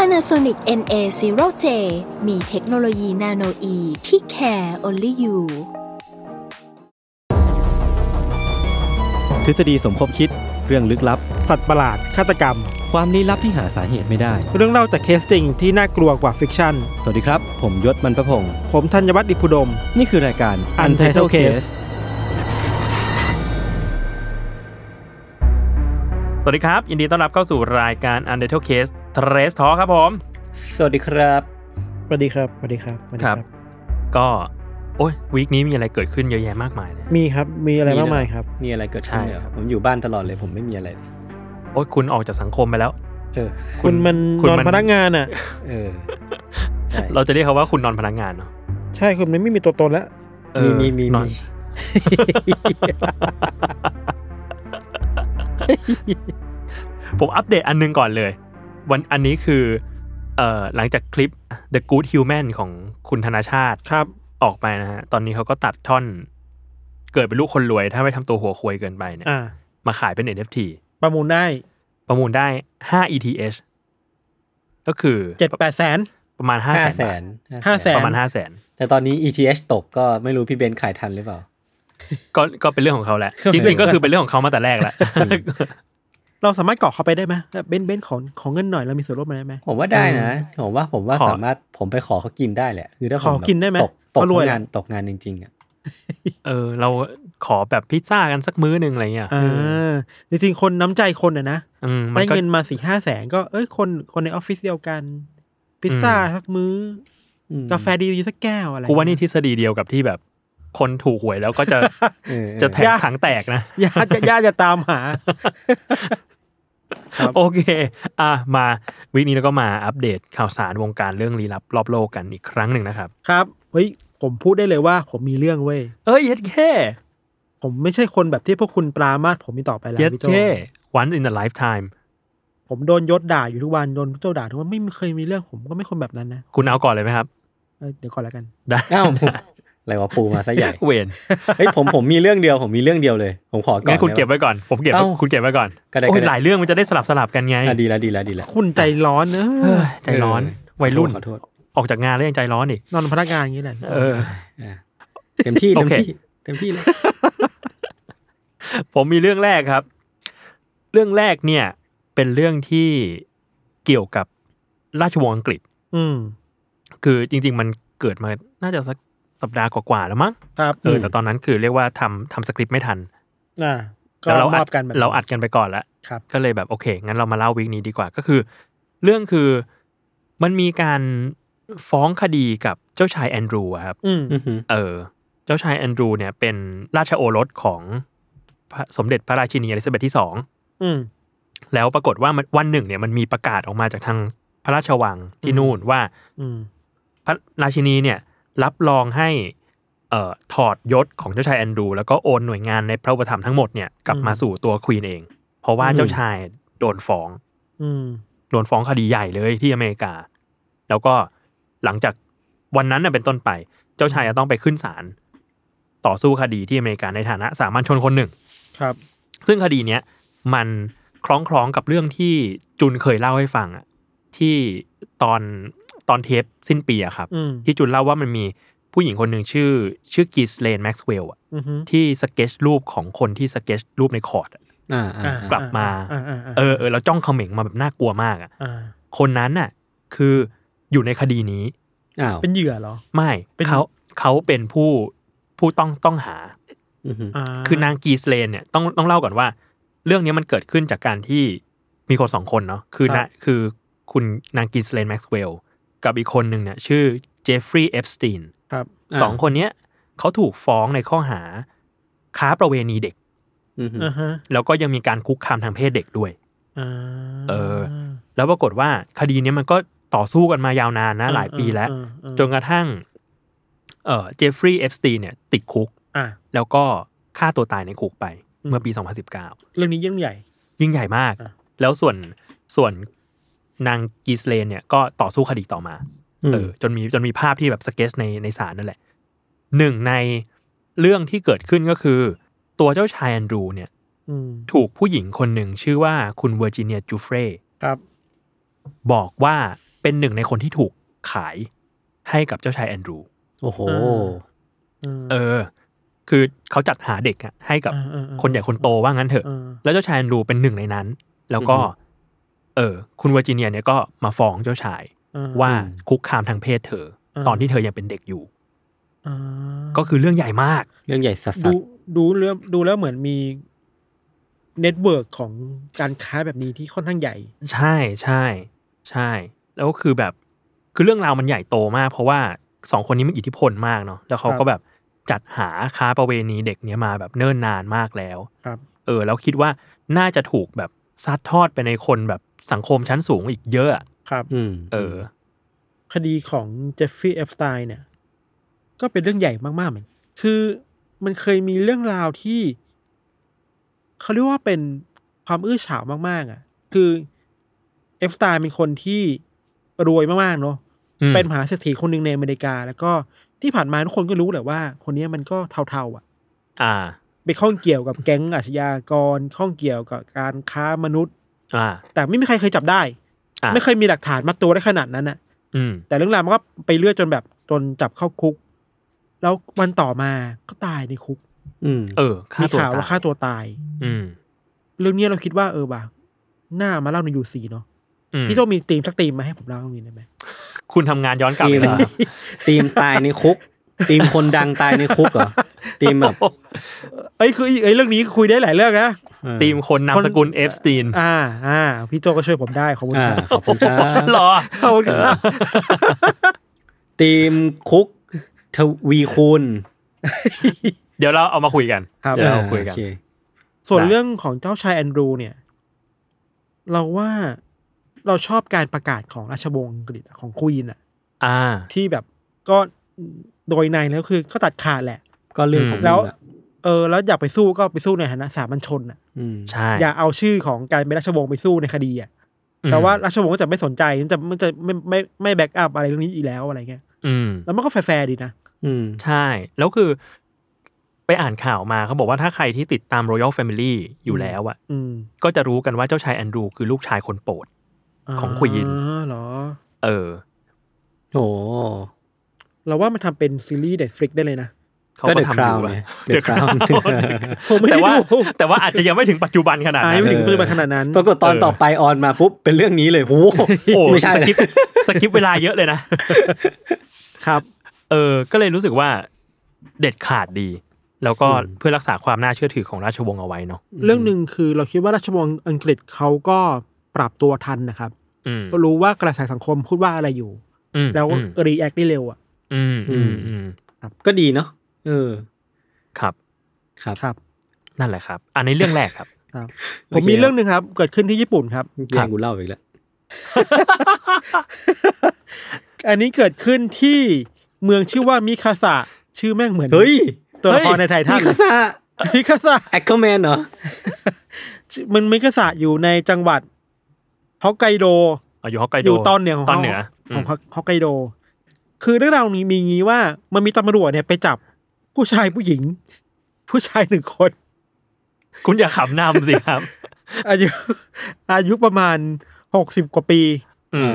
Panasonic NA0J มีเทคโนโลยีนาโนอีที่ care only you ทฤษฎีสมคบคิดเรื่องลึกลับ สัตว์ประหลาด ฆาตกรรม ความลี้ลับที่หาสาเหตุไม่ได้ เรื่องเล่าจากเคสจริงที่น่ากลัวกว่าฟิกชั่น สวัสดีครับ ผมยศมันประพงศ์ ผมธัญวัฒน์อิพุดม นี่คือรายการ Untitled Case สวัสดีครับ ยินดีต้อนรับเข้าสู่รายการ u n d e r t a l e Case Trace Talk ครับผม สวัสดีครับ สวัสดีครับสวัสดีครับสวัสดี ครับ ก็ โอ้ยวีคนี้มีอะไรเกิดขึ้นเยอะแยะมากมายเลย มีครับ มีอะไร มีด้วย มากมายครับ มีอะไรเกิดขึ้น ใช่ เหรอ ครับ ผมอยู่บ้านตลอดเลยผมไม่มีอะไรเลย โอ้ยคุณออกจากสังคมไปแล้ว เออ คุณมัน คุณ นอน มัน พนักงาน อ่ะ เออใช่ เราจะเรียกเขาว่าคุณนอนพนักงานเนาะ ใช่คุณมันไม่มีตัวตนแล้ว เอ มี อ มีมี นอน มี ผมอัปเดตอันหนึงก่อนเลย วันอันนี้คือเอ่อหลังจากคลิป The Good Human ของคุณธนาชาติ ครับ ออกไปนะฮะ ตอนนี้เขาก็ตัดท่อน เกิดเป็นลูกคนรวย ถ้าไม่ทำตัวหัวควยเกินไปเนี่ย อ่า มาขายเป็น NFT ประมูลได้ ประมูลได้ 5 ETH ก็คือ เจ็ดแปดแสน ประมาณ 5 ห้า แส แส น น ห้าแส บาทประมาณ 5 แสน แต่ตอนนี้ ETH ตกก็ไม่รู้พี่เบนซ์ขายทันหรือเปล่า ก็ก็เป็นเรื่องของเขาแหละ ครับ จริงๆ ก็คือเป็นเรื่องของเขามาแต่แรกแหละ เราสามารถเกาะเขาไปได้ไหมแบบเบนซ์เบนซ์ขอขอเงินหน่อยเรามีส่วนร่วมอะไรไหม ผมว่าได้นะผมว่าผมว่า ขอ สามารถผมไปขอเขากินได้แหละ คือถ้าผ ขอกินได้ไหม ตกตก เขารวย งานตกงานจริงๆอ่ะ เออ เราขอแบบพิซซ่ากันสักมื้อหนึ่งอะไรเงี้ย อ่าจริงๆคนน้ำใจคนอ่ะนะ อืมมั ได้ นก็ เงินมาสี่ห้าแสนก็เอ้ยคนคนในออฟฟิศเดียวกัน พิซซ่า อืม สักมื้อ อืม กาแฟดีๆสักแก้วอะไร กูว่า นี่ทฤษฎีเดียวกับที่แบบ คนถูกหวยแล้วก็จะ เออเออ จะแทงถังแตกนะ ญาติญาติจะตามหา ครับ โอเค อ่ะ มาวิกนี้แล้วก็มาอัปเดตข่าวสารวงการเรื่องลี้ลับรอบโลกกันอีกครั้งหนึ่งนะครับ ครับเฮ้ยผมพูดได้เลยว่าผมมีเรื่องเว้ย เอ้ยเย็ดแค่ ผมไม่ใช่คนแบบที่พวกคุณปรามาสผมมีกต่อไปแล้ว เย็ด พี่โจ แค่ once in a lifetime ผมโดนยศด่าอยู่ทุกวันโดนพี่โจด่าทุกวันไม่เคยมีเรื่องผมก็ไม่คนแบบนั้นนะ คุณเอาก่อนเลยไหมครับ เอ้ยเดี๋ยวก่อนแล้วกัน ได้ อ้าวผมอะไรวะปูมาซะใหญ่ เวน เฮ้ยผมผมมีเรื่องเดียวผมมีเรื่องเดียวเลย ผมขอก่อน งั้นคุณ ด้หม เก็บไว้ก่อน ผมเก็บ เอ้า คุณเก็บไว้ก่อน ก็ได้ โอ้ ก็ ย ได้ หลายเรื่องมันจะได้สลับสลับกันไง อ่ะดีแล้วดีแล้วดีแล้ว คุณใจร้อนเอ เฮ้ อย ใจร้อนวัยรุ่น ขอโทษ ออกจากงานแล้วยังใจร้อนอีก นอนพนักงานอย่างนี้แหละ เออ เต็มที่ โอ เต็ม เค ที่เต็มที่เลย ผมมีเรื่องแรกครับ เรื่องแรกเนี่ย เป็นเรื่องที่เกี่ยวกับราชวงศ์อังกฤษ อืม คือจริง ๆ มันเกิดมาน่าจะสักสัปดาห์กว่าๆแล้วมั้ง ครับ เออแต่ตอนนั้นคือเรียกว่าทำทำสคริปต์ไม่ทัน อ่าก็ แล้วเรา ม อั อ ด บกันแบบ เราอัดกันไปก่อนละ ครับ ก็เลยแบบโอเค งั้นเรามาเล่าวีคนี้ดีกว่าก็คือ เรื่องคือมันมีการฟ้องคดีกับเจ้าชายแอนดรูอะครับ อืม อื้อหือ เออ เจ้าชายแอนดรูเนี่ยเป็นราชโอรสของพระสมเด็จพระราชินีอลิซาเบธที่สอง อืม แล้วปรากฏว่ามันวันหนึ่งเนี่ยมันมีประกาศออกมาจากทางพระราชวังที่นู่นว่า อืม พระราชินีเนี่ยรับรองให้เอ่อถอดยศของเจ้าชายแอนดรูแล้วก็โอนหน่วยงานในพระอุปถัมภ์ทั้งหมดเนี่ยกลับมาสู่ตัวควีนเอง เพราะว่าเจ้าชายโดนฟ้อง อืม โดนฟ้องคดีใหญ่เลยที่อเมริกา แล้วก็หลังจากวันนั้นน่ะเป็นต้นไป เจ้าชายจะต้องไปขึ้นศาลต่อสู้คดีที่อเมริกาในฐานะสามัญชนคนหนึ่ง ครับ ซึ่งคดีเนี้ยมันคล้องคล้องกับเรื่องที่จุนเคยเล่าให้ฟังอะที่ตอนตอนเทปสิ้นปีอะครับ อืม ที่จุนเล่าว่ามันมีผู้หญิงคนหนึ่งชื่อ ชื่อกิสเลนแม็กซ์เวลล์ อือฮึ ที่สเก็ตชรูปของคนที่สเก็ตชรูปในคอร์ดอะ อ่าอ่า อ่า ลับมา อ่อ่าอ่า เออเออแล้วจ้องเขม็งมาแบบน่ากลัวมากอะ อ่า คนนั้นน่ะคืออยู่ในคดีนี้ อ้าว เป็นเหยื่อเหรอ ไม่ เป็น เขาเขาเป็นผู้ผู้ต้องต้องหา อื้อหือ อ่า คือนางกีสเลนเนี่ยต้องต้องเล่าก่อนว่า เรื่องนี้มันเกิดขึ้นจากการที่มีคนสองคนเนาะคือนะคือคุณนางกีสเลนแม็กซ์เวลล์กับอีกคนหนึ่งเนี่ยชื่อเจฟฟรีย์เอฟสตีน ครับ า สองคนเนี้ยเขาถูกฟ้องในข้อหา ค้าประเวณีเด็ก อื้อหือ อ่าฮะ แล้วก็ยังมีการคุกคามทางเพศเด็กด้วย อ่า เออ แล้วปรากฏว่าคดีเนี้ยมันก็ ต่อสู้กันมายาวนานนะ หลายปีแล้ว อ่าอ่า จนกระทั่งเอ่อเจฟฟรีย์เอฟสตีนเนี่ย ติดคุก อ่ะ แล้วก็ฆ่าตัวตายในคุกไปเมื่อปี 2019 เรื่องนี้ยิ่งใหญ่ ยิ่งใหญ่มาก อ่ะ แล้วส่วนส่วนนางกีสเลนเนี่ยก็ต่อสู้คดีต่อมา อืม เออจนมีจนมีภาพที่แบบสเก็ตในในศาลนั่นแหละหนึ่งในเรื่องที่เกิดขึ้นก็คือ ตัวเจ้าชายแอนดรูเนี่ย อืม ถูกผู้หญิงคนหนึ่งชื่อว่าคุณเวอร์จิเนียจูเฟร ครับ บอกว่าเป็นหนึ่งในคนที่ถูกขายให้กับเจ้าชายแอนดรู โอ้โห อ่า ม เออ คือเขาจัดหาเด็กอะให้กับ อ่าอ่าอ่า คนใหญ่คนโตว่างั้นเถอะ อ่า แล้วเจ้าชายแอนดรูเป็นหนึ่งในนั้น แล้วก็ อืม เออ คุณเวอร์จิเนียเนี่ยก็มาฟ้องเจ้าชาย อ่ ว่าคุกคามทางเพศเธออ ม ตอนที่เธอยังเป็นเด็กอยู่ อ่า ก็คือเรื่องใหญ่มาก เรื่องใหญ่สัส ดูดูเรื่องดูแล้วเหมือนมีเน็ตเวิร์กของการค้าแบบนี้ที่ค่อนข้างใหญ่ ใช่ใช่ใช่ แล้วก็คือแบบคือเรื่องราวมันใหญ่โตมาก เพราะว่าสองคนนี้มันอิทธิพลมากเนาะแล้วเขา ครับ ก็แบบจัดหาค้าประเวณีเด็กเนี้ยมาแบบเนิ่นนานมากแล้ว ครับ เออ แล้วคิดว่าน่าจะถูกแบบซัดทอดไปในคนแบบสังคมชั้นสูงอีกเยอะอะ ครับ ๆอืม เออ คดีของเจฟฟี่เอฟสไตน์เนี่ย ก็เป็นเรื่องใหญ่มากๆเหมือน คือมันเคยมีเรื่องราวที่เขาเรียกว่าเป็นความอื้อฉาวมาก ๆ อ่ะ คือเอฟสไตน์เป็นคนที่รวยมาก ๆ เนาะ อืม เป็นมหาเศรษฐีคนหนึ่งในอเมริกา แล้วก็ที่ผ่านมาทุกคนก็รู้แหละว่า คนเนี้ยมันก็เทาๆอ่ะ อ่า ไปข้องเกี่ยวกับแก๊งอาชญากร ข้องเกี่ยวกับการค้ามนุษย์ อ่า แต่ไม่มีใครเคยจับได้ อ่า ไม่เคยมีหลักฐานมัดตัวได้ขนาดนั้นอ่ะ อืม แต่เรื่องราวมันก็ไปเลื่อยจนแบบจนจับเข้าคุก แล้ววันต่อมาก็ตายในคุก อืม เออฆ่า มี ตัว ข่าว ตา ว่าย ฆ่าตัวตาย อืม เรื่องเนี้ยเราคิดว่าเออว่ะหน้ามาเล่าในยูซีเนาะ อืม ที่ต้องมีธีมสักธีมมาให้ผมเล่าตรงนี้ได้ไหม คุณทำงานย้อนกลับ ทีม เลยเหรอ ทีมตายในคุกทีมคนดังตายในคุกเหรอทีมแบบ เอ้ยคือเอ้ยเรื่องนี้คุยได้หลายเรื่องนะ เออ ทีมคนนามสกุลเอฟสตีน อ่าอ่าพี่โจก็ช่วยผมได้ขอบคุณ อ่า ครับ ขอบคุณครับ หรอ ขอบคุณครับ ทีมคุกทวีคูณ เดี๋ยวเราเอามาคุยกัน ครับ เดี๋ยวเราคุยกัน โอเ ส่วน ได้ เรื่องของเจ้าชายแอนดรูเนี่ย เราว่าเราชอบการประกาศของราชวงศ์อังกฤษของควีนอะ อ่า ที่แบบก็โดยในแล้วคือก็ตัดขาดแหละ ก็เรื่องของ อืม แล้ว มึงอะ เออแล้วอยากไปสู้ก็ไปสู้ในฐานะสามัญชนอ่ะ อืม ใช่ อย่าเอาชื่อของการเป็นราชวงศ์ไปสู้ในคดีอ่ะ อืม แต่ว่าราชวงศ์ก็จะไม่สนใจมันจะมันจะไม่ไม่ไม่แบ็กอัพอะไรเรื่องนี้อีกแล้วอะไรเงี้ย อืม แล้วมันก็แฟร์ๆดีนะ อืม ใช่ แล้วคือไปอ่านข่าวมาเขาบอกว่าถ้าใครที่ติดตาม Royal Family อยู่แล้วอะ อืม ก็จะรู้กันว่าเจ้าชายแอนดรูคือลูกชายคนโปรด ของ Queen อ๋อเหรอ เออ โอ้โห เราว่ามันทำเป็นซีรีส์เด็ดฟลิกได้เลยนะ เขา ก็ ก็ The ทำ Crown อยู่อะ ไง The The Crown Crown ผมไม่ได้ แต่ว่า ดู แต่ว่าอาจจะยังไม่ถึงปัจจุบันขนาด อา นั้ ยุ น ไม่ถึง เออ ปัจจุบันขนาดนั้น ปรากฏตอนต่อไปออนมาปุ๊บ เป็นเรื่องนี้เลยโอ้โห โอ้ ไม่ใช่ ส เลย กิปสกิปเวลาเยอะเลยนะ ครับ เออ ก็เลยรู้สึกว่าเด็ดขาดดี แล้วก็เพื่อรักษาความน่าเชื่อถือของราชวงศ์เอาไว้เนาะ เรื่องหนึ่งคือเราคิดว่าราชวงศ์อังกฤษเขาก็ปรับตัวทันนะครับ อืม ก็รู้ว่ากระแสสังคมพูดว่าอะไรอยู่ อืม แล้ว อืม รีแอคได้เร็วอ่ะ อืมอืมอืม ก็ดีเนาะเออ ครับ ครับ ครับ นั่นแหละครับ อันนี้เรื่องแรกครับ ผม โอเค มีเรื่องหนึ่งครับ เกิดขึ้นที่ญี่ปุ่นครับ แย่งกูเล่าอีกแล้ว อันนี้เกิดขึ้นที่เมืองชื่อว่ามิคาสะชื่อแม่งเหมือน เฮ้ย ตัวละครในไททัน คาซา มิคาสะ แอคเคอร์แมนเหรอ ชื่อมันมิคาสะอยู่ในจังหวัดฮอกไกโด อายู่ฮอกไกโด อยู่ตอนเหนือของ ตอนเหนือ ข อื อ ม งฮอกไกโด คือเรื่องราวนี้มีงี้ว่ามันมีตำรวจเนี่ยไปจับผู้ชายผู้หญิง ผู้ชายหนึ่งคน คุณอย่าขำนำสิครับ อายุ อายุประมาณหกสิบกว่าปี อืม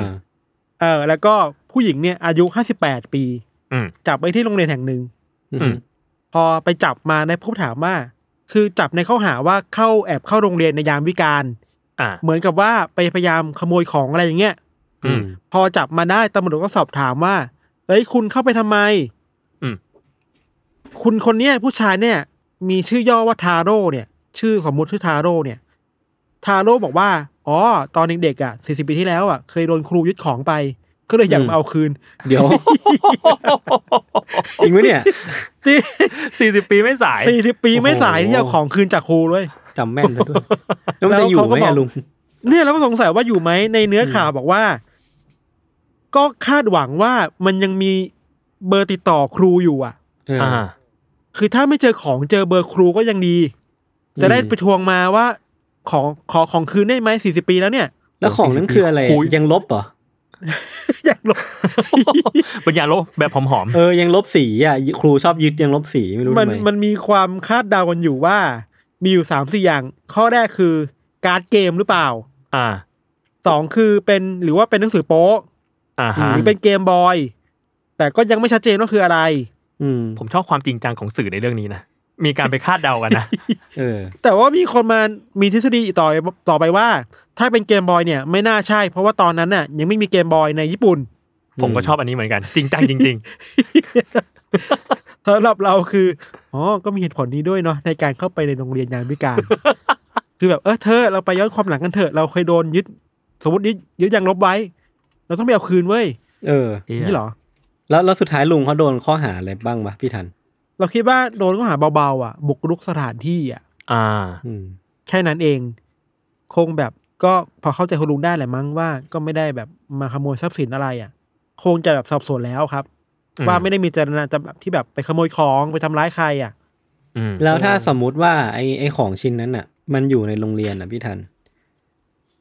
เออแล้วก็ผู้หญิงเนี่ยอายุห้าสิบแปดปี อืม จับไว้ที่โรงเรียนแห่งหนึ่ง อืม พอไปจับมาในผู้ถามว่า คือจับในข้อหาว่าเข้าแอบเข้าโรงเรียนในยามวิการ อ่า เหมือนกับว่าไปพยายามขโมยของอะไรอย่างเงี้ย อืม พอจับมาได้ตำรวจก็สอบถามว่า เอ้ยคุณเข้าไปทำไม อืม คุณคนเนี้ยผู้ชายเนี่ย มีชื่อย่อว่าทาโร่เนี่ย ชื่อสมมุติชื่อทาโร่เนี่ย ทาโร่บอกว่า อ๋อ ตอนเด็กๆอ่ะสี่สิบปีที่แล้วอ่ะ เคยโดนครูยึดของไป ก็เลยอยาก อืม มาเอาคืน เดี๋ยว จริงไหมเนี่ย ที่ สี่สิบปีไม่สาย สี่สิบปีไม่สายที่จะเอาของคืนจากครูเลย จำแม่นซะด้วยแล้วมันจะอยู่ไหมอะลุง เนี่ยเราก็สงสัยว่าอยู่ไหมในเนื้อข่าวบอกว่า ก็คาดหวังว่ามันยังมีเบอร์ติดต่อครูอยู่อ่ะ เอออ อ่า คือถ้าไม่เจอของเจอเบอร์ครูก็ยังดี จะได้ อืม ไปทวงมาว่า ของขอของคืนได้ไหมสี่สิบปีแล้วเนี่ย แล้วของนั้นคืออะไร คุย ยังลบเหรอ อย่างลบ เป็นยาลบแบบหอม เออ ยังลบสีอ่ะ ครูชอบยึดยังลบสีไม่รู้ มั ทำ น ไม มันมีความคาดเดากันอยู่ว่า มีอยู่สามสี่อย่าง ข้อแรกคือการ์ดเกมหรือเปล่า ๆอ่า สองคือเป็นหรือว่าเป็นหนังสือโป๊ะ อ่าฮะ หรือเป็นเกมบอย แต่ก็ยังไม่ชัดเจนว่าคืออะไร อืม ผมชอบความจริงจังของสื่อในเรื่องนี้นะ มีการไปคาดเดากันนะ เออ แต่ว่ามีคนมามีทฤษฎีต่อต่อไปว่า ถ้าเป็นเกมบอยเนี่ยไม่น่าใช่ เพราะว่าตอนนั้นน่ะ ยังไม่มีเกมบอยในญี่ปุ่น ผมก็ชอบอันนี้เหมือนกัน จริงจังจริง สำหรับเราคืออ๋อก็มีเหตุผลนี้ด้วยเนาะในการเข้าไปในโรงเรียนยามวิการ คือแบบเออเธอเราไปย้อนความหลังกันเถอะเราเคยโดนยึด สมมติยึดยึดยางลบไว้ เราต้องไปเอาคืนเว้ย เออ ๆเหี้ย นี่เหรอ แล้วแล้วสุดท้ายลุงเขาโดนข้อหาอะไรบ้างวะพี่ทัน เราคิดว่าโดนข้อหาเบาๆอ่ะ บุกรุกสถานที่อ่ะ อ่า อืม แค่นั้นเอง คงแบบก็พอเข้าใจคุณลุงได้แหละมั้งว่า ก็ไม่ได้แบบมาขโมยทรัพย์สินอะไรอ่ะ คงจะแบบสอบสวนแล้วครับ อืม ว่าไม่ได้มีเจตนาจะแบบที่แบบไปขโมยของไปทำร้ายใครอ่ะ อืม แล้วถ้าสมมุติว่าไอไอของชิ้นนั้นอ่ะ มันอยู่ในโรงเรียนอ่ะพี่ทัน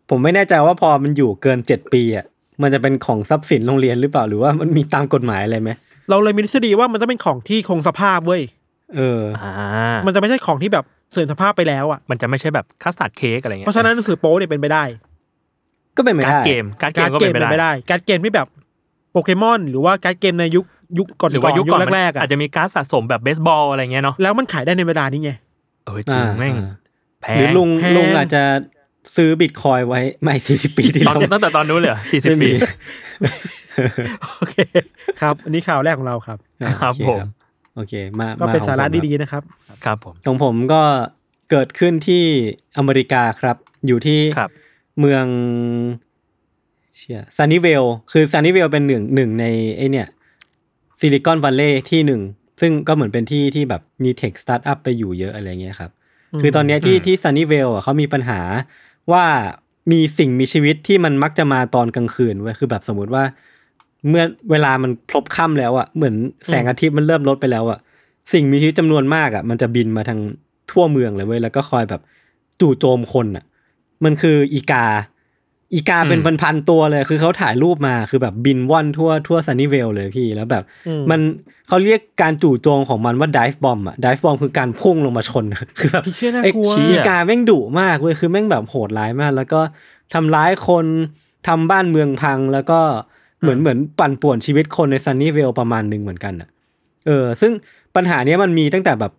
ผมไม่แน่ใจว่าพอมันอยู่เกินเจ็ดปีอ่ะมันจะเป็นของทรัพย์สินโรงเรียนหรือเปล่าหรือว่ามันมีตามกฎหมายอะไรไหม เราเลยมีทฤษฎีว่ามันต้องเป็นของที่คงสภาพเว้ย เออ อ่า มั มัน จะไม่ใช่ของที่แบบเสื่อมสภาพไปแล้วอ่ะ นจะไม่ใช่แบบคัสตาร์ดเค้กอะไรเงี้ย เพราะฉะนั้นหนังสือโป๊เนี่ยเป็นไปได้ ก็เป็นไม่ การ์ด ได้ เกม การ์ดเก การ ม ด ก็ เกมเป็นไป เป็นไป ได้ ได้การดเกมที่แบบโปเกมอน หรือว่าการดเกมในยุคยุคก่อน หรือว่ายุคก่อนมัน แรกๆอ่ะ อาจจะมีการ์ดสะสมแบบเบสบอลอะไรเงี้ยเนาะ แล้วมันขายได้ในเวลานี้ไง เออจริงแม่ง อ่า แพ หรืองลุง แพง ลุงอาจจะซื้อบิตคอยไว้ไม่สี่สิบปีที่ ตอน แล้ว ตั้งแต่ตอนนู้นเลยสี่สิบ ไม่ ปี มี โอเคครับ อันนี้ข่าวแรกของเราครับ ครับ โอเ ผม โอเค มา ก็เป็น มขอ สางผมคระรับ ดีๆนะครับ ครับผม ของผมก็เกิดขึ้นที่อเมริกาครับ อยู่ที่ ครับ เมืองเชียซันนิเวล คือซันนิเวลเป็นหนึ่งหนึ่งในไอเนี่ยซิลิคอนวัลเลย์ที่หนึ่ง ซึ่งก็เหมือนเป็นที่ที่แบบมีเทคสตาร์ทอัพไปอยู่เยอะอะไรเงี้ยครับ คือตอนเนี้ยที่ อืม ที่ซันนิเวลอ่ะเขามีปัญหาว่ามีสิ่งมีชีวิตที่มันมักจะมาตอนกลางคืนเว้ยคือแบบสมมติว่า เมื่อเวลามันพลบค่ำแล้วอ่ะเหมือนแสงอาทิตย์มันเริ่มลดไปแล้วอ่ะ สิ่งมีชีวิตจำนวนมากอ่ะมันจะบินมาทางทั่วเมืองเลยเว้ยแล้วก็คอยแบบจู่โจมคนอ่ะ มันคืออีกา อีกาเป็น อืม พันๆตัวเลย คือเขาถ่ายรูปมาคือแบบบินว่อนทั่วทั่วซันนิเวลเลยพี่แล้วแบบ อืม มันเขาเรียกการจู่โจมของมันว่าดิฟบอมอ่ะดิฟบอมคือการพุ่งลงมาชน คือแบบ ไอ้เชี่ยน่า ไอ้ กลัว ชี้ อีกาแม่งดุมากเว้ยคือแม่งแบบโหดร้ายมาก แล้วก็ทำร้ายคนทำบ้านเมืองพัง แล้วก็เหมือนเหมือนปั่นป่วนชีวิตคนในซันนี่เวลประมาณหนึ่งเหมือนกันอ่ะ เออ ซึ่งปัญหาเนี้ยมันมีตั้งแต่แบบ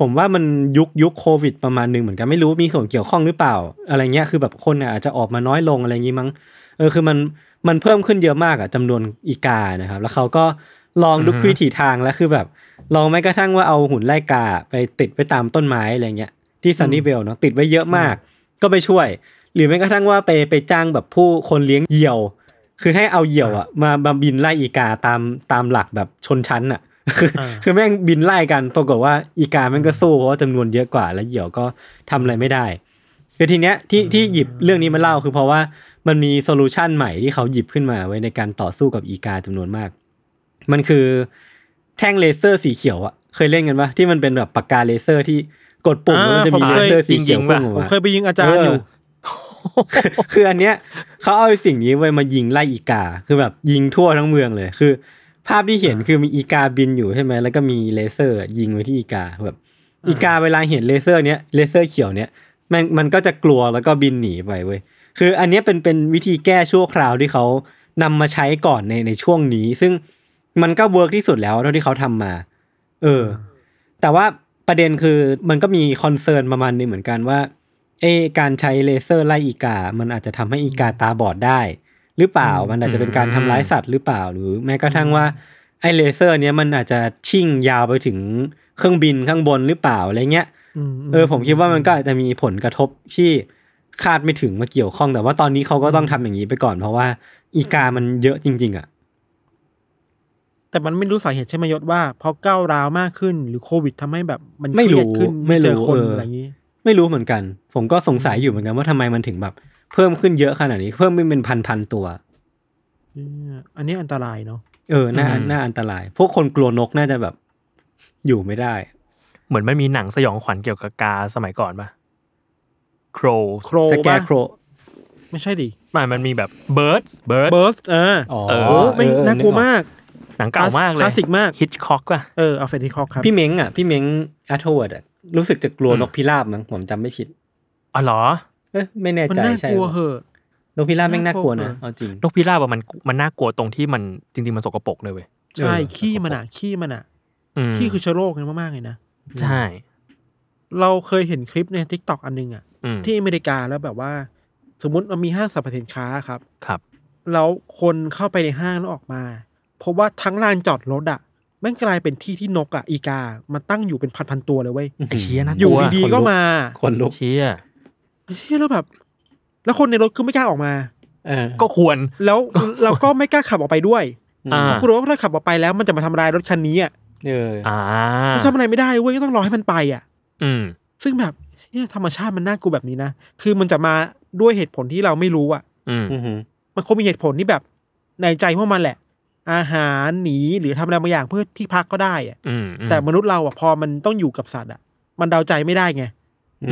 ผมว่ามันยุคยุคโควิดประมาณหนึ่งเหมือนกันไม่รู้มีส่วนเกี่ยวข้องหรือเปล่า อะไรเงี้ยคือแบบคนเนี่ยอาจจะออกมาน้อยลงอะไรอย่างงี้มั้ง เออคือมันมันเพิ่มขึ้นเยอะมากอะจำนวนอีกานะครับ แล้วเขาก็ลองทุก อือฮึ วิถีทางแล้วคือแบบลองแม้กระทั่งว่าเอาหุ่นไล่กาไปติดไว้ตามต้นไม้อะไรเงี้ยที่ซันนี่เวลเนาะติดไว้เยอะมาก ก็ไปช่วย หรือแม้กระทั่งว่าไปไปจ้างแบบผู้คนเลี้ยงเหยี่ยว คือให้เอาเหยี่ยวอะมามาบินไล่อีกาตามตามหลักแบบชนชั้นอะคือ อ่า คือแม่งบินไล่กันปรากฏว่าอีกาแม่งก็สู้เพราะว่าจำนวนเยอะกว่าแล้วเหยี่ยวก็ทำอะไรไม่ได้ คือทีเนี้ยที่ที่หยิบเรื่องนี้มาเล่าคือเพราะว่ามันมีโซลูชันใหม่ที่เขาหยิบขึ้นมาไว้ในการต่อสู้กับอีกาจำนวนมาก มันคือแท่งเลเซอร์สีเขียวอะเคยเล่นกันปะที่มันเป็นแบบปากกาเลเซอร์ที่กดปุ่มแล้วมันจะมี อ่าผม เล เคย เซอร์สีเขียว จริงพุ่ๆปะ งออก ผม มา เคยไปยิงอาจารย์อเอยู่อ คืออันเนี้ยเขาเอาไอ้สิ่งนี้ไว้มายิงไล่อีกา คือแบบยิงทั่วทั้งเมืองเลย คือ ภาพที่เห็นคือมีอีกาบินอยู่ใช่ไหมแล้วก็มีเลเซอร์ยิงไว้ที่อีกาแบบอีกาเวลาเห็นเลเซอร์เนี้ยเลเซอร์เขียวเนี้ยมันมันก็จะกลัวแล้วก็บินหนีไปเว้ยคืออันเนี้ยเป็นเป็นวิธีแก้ชั่วคราวที่เขานำมาใช้ก่อนในในช่วงนี้ ซึ่งมันก็เวิร์กที่สุดแล้วเท่าที่เขาทำมา เออ แต่ว่าประเด็นคือมันก็มีคอนเซิร์นประมาณนึงเหมือนกันว่า เออการใช้เลเซอร์ไล่อีกา มันอาจจะทำให้อีกาตาบอดได้ หรือเปล่า มันอาจจะเป็นการทำร้ายสัตว์หรือเปล่า หรือแม้กระทั่งว่าไอเลเซอร์เนี้ยมันอาจจะชิ่งยาวไปถึงเครื่องบินข้างบนหรือเปล่าอะไรเงี้ย ม เออผมคิดว่ามันก็อาจจะมีผลกระทบที่คาดไม่ถึงมาเกี่ยวข้อง แต่ว่าตอนนี้เขาก็ต้องทำอย่างนี้ไปก่อน เพราะว่าอีกามันเยอะจริง ๆ อ่ะ แต่มันไม่รู้สาเหตุใช่ไหมยศว่าเพราะก้าวร้าวมากขึ้น หรือโควิดทำให้แบบมันเค ไม่รู้ รียดขึ้น ไม่รู้ เจอคน เอออ อะไรอย่างนี้ ไม่รู้เหมือนกัน ผมก็สงสัยอยู่เหมือนกันว่าทำไมมันถึงแบบ เพิ่มขึ้นเยอะขนาดนี้ เพิ่มขึ้นเป็นพันๆตัว เนี่ยอันนี้อันตรายเนาะ เออน่า อืม น่าอันตราย พวกคนกลัวนกน่าจะแบบอยู่ไม่ได้ เหมือนไม่มีหนังสยองขวัญเกี่ยวกับกาสมัยก่อนปะ Crow โคร สแก ป่ะ ร์โคร ไม่ใช่ดิ ไมันมันมีแบบ Birds Bird เบิร์สอ่า อ๋อ เออ โอ้ไม่ เออ น่ากลัว ออ มาก หนังเก่ามากเลย คลาสสิกมาก Hitchcock ป่ะ เออเอาเฟรนดี้คอกครับ พี่เม้งอ่ะ พี่เม้งอัทเวิร์ดอ่ะ รู้สึกจะกลัว อืม นกพิราบมั้งผมจำไม่ผิด อ๋อเหรอ เอ้ยไม่แน่ มัน ใจ น่า ใช่ กลัว ปะ เหอะ นกพิราบแม่งน่ากลัวนะ น่ากลัว เอาจริง นกพิราบอะมันมันน่ากลัวตรงที่มันจริง ๆ มันสกปรกเลยเว้ย ใช่ เออ ขี้มันอ่ะขี้มันอ่ะ อืม ขี้คือเชื้อโรคเนี่ยมากๆเลยนะ ใช่ เราเคยเห็นคลิปในทิกตอกอันหนึงอ่ะ อืม ที่อเมริกาแล้วแบบว่า สมมติมันมีห้างสรรพสินค้าครับ ครับ แล้วคนเข้าไปในห้างแล้วออกมาพบว่าทั้งลานจอดรถอ่ะแม่งกลายเป็นที่ที่นกอ่ะอีกา มันตั้งอยู่เป็นพันๆตัวเลยเว้ย ไอ้เชี่ยน่ากลัว อยู่ดีๆก็มา คนลุก เชี่ย เชี่ยแล้วแบบ แล้วคนในรถก็ไม่กล้าออกมา เออ ก็ควร แล้ว เราก็ไม่กล้าขับออกไปด้วย อ่า เพราะกลัวว่าถ้าขับออกไปแล้วมันจะมาทำลายรถคันนี้อ่ะ เออ อ่า เราทำอะไรไม่ได้เว้ยก็ต้องรอให้มันไปอ่ะ อืม ซึ่งแบบเชี่ยธรรมชาติมันน่ากลัวแบบนี้นะคือมันจะมาด้วยเหตุผลที่เราไม่รู้อ่ะ อืม อหือ มันคงมีเหตุผลที่แบบในใจพวกมันแหละ อาหารหนีหรือทำอะไรบางอย่างเพื่อที่พักก็ได้อะ อืมอืม แต่มนุษย์เราอ่ะพอมันต้องอยู่กับสัตว์อ่ะ มันเดาใจไม่ได้ไง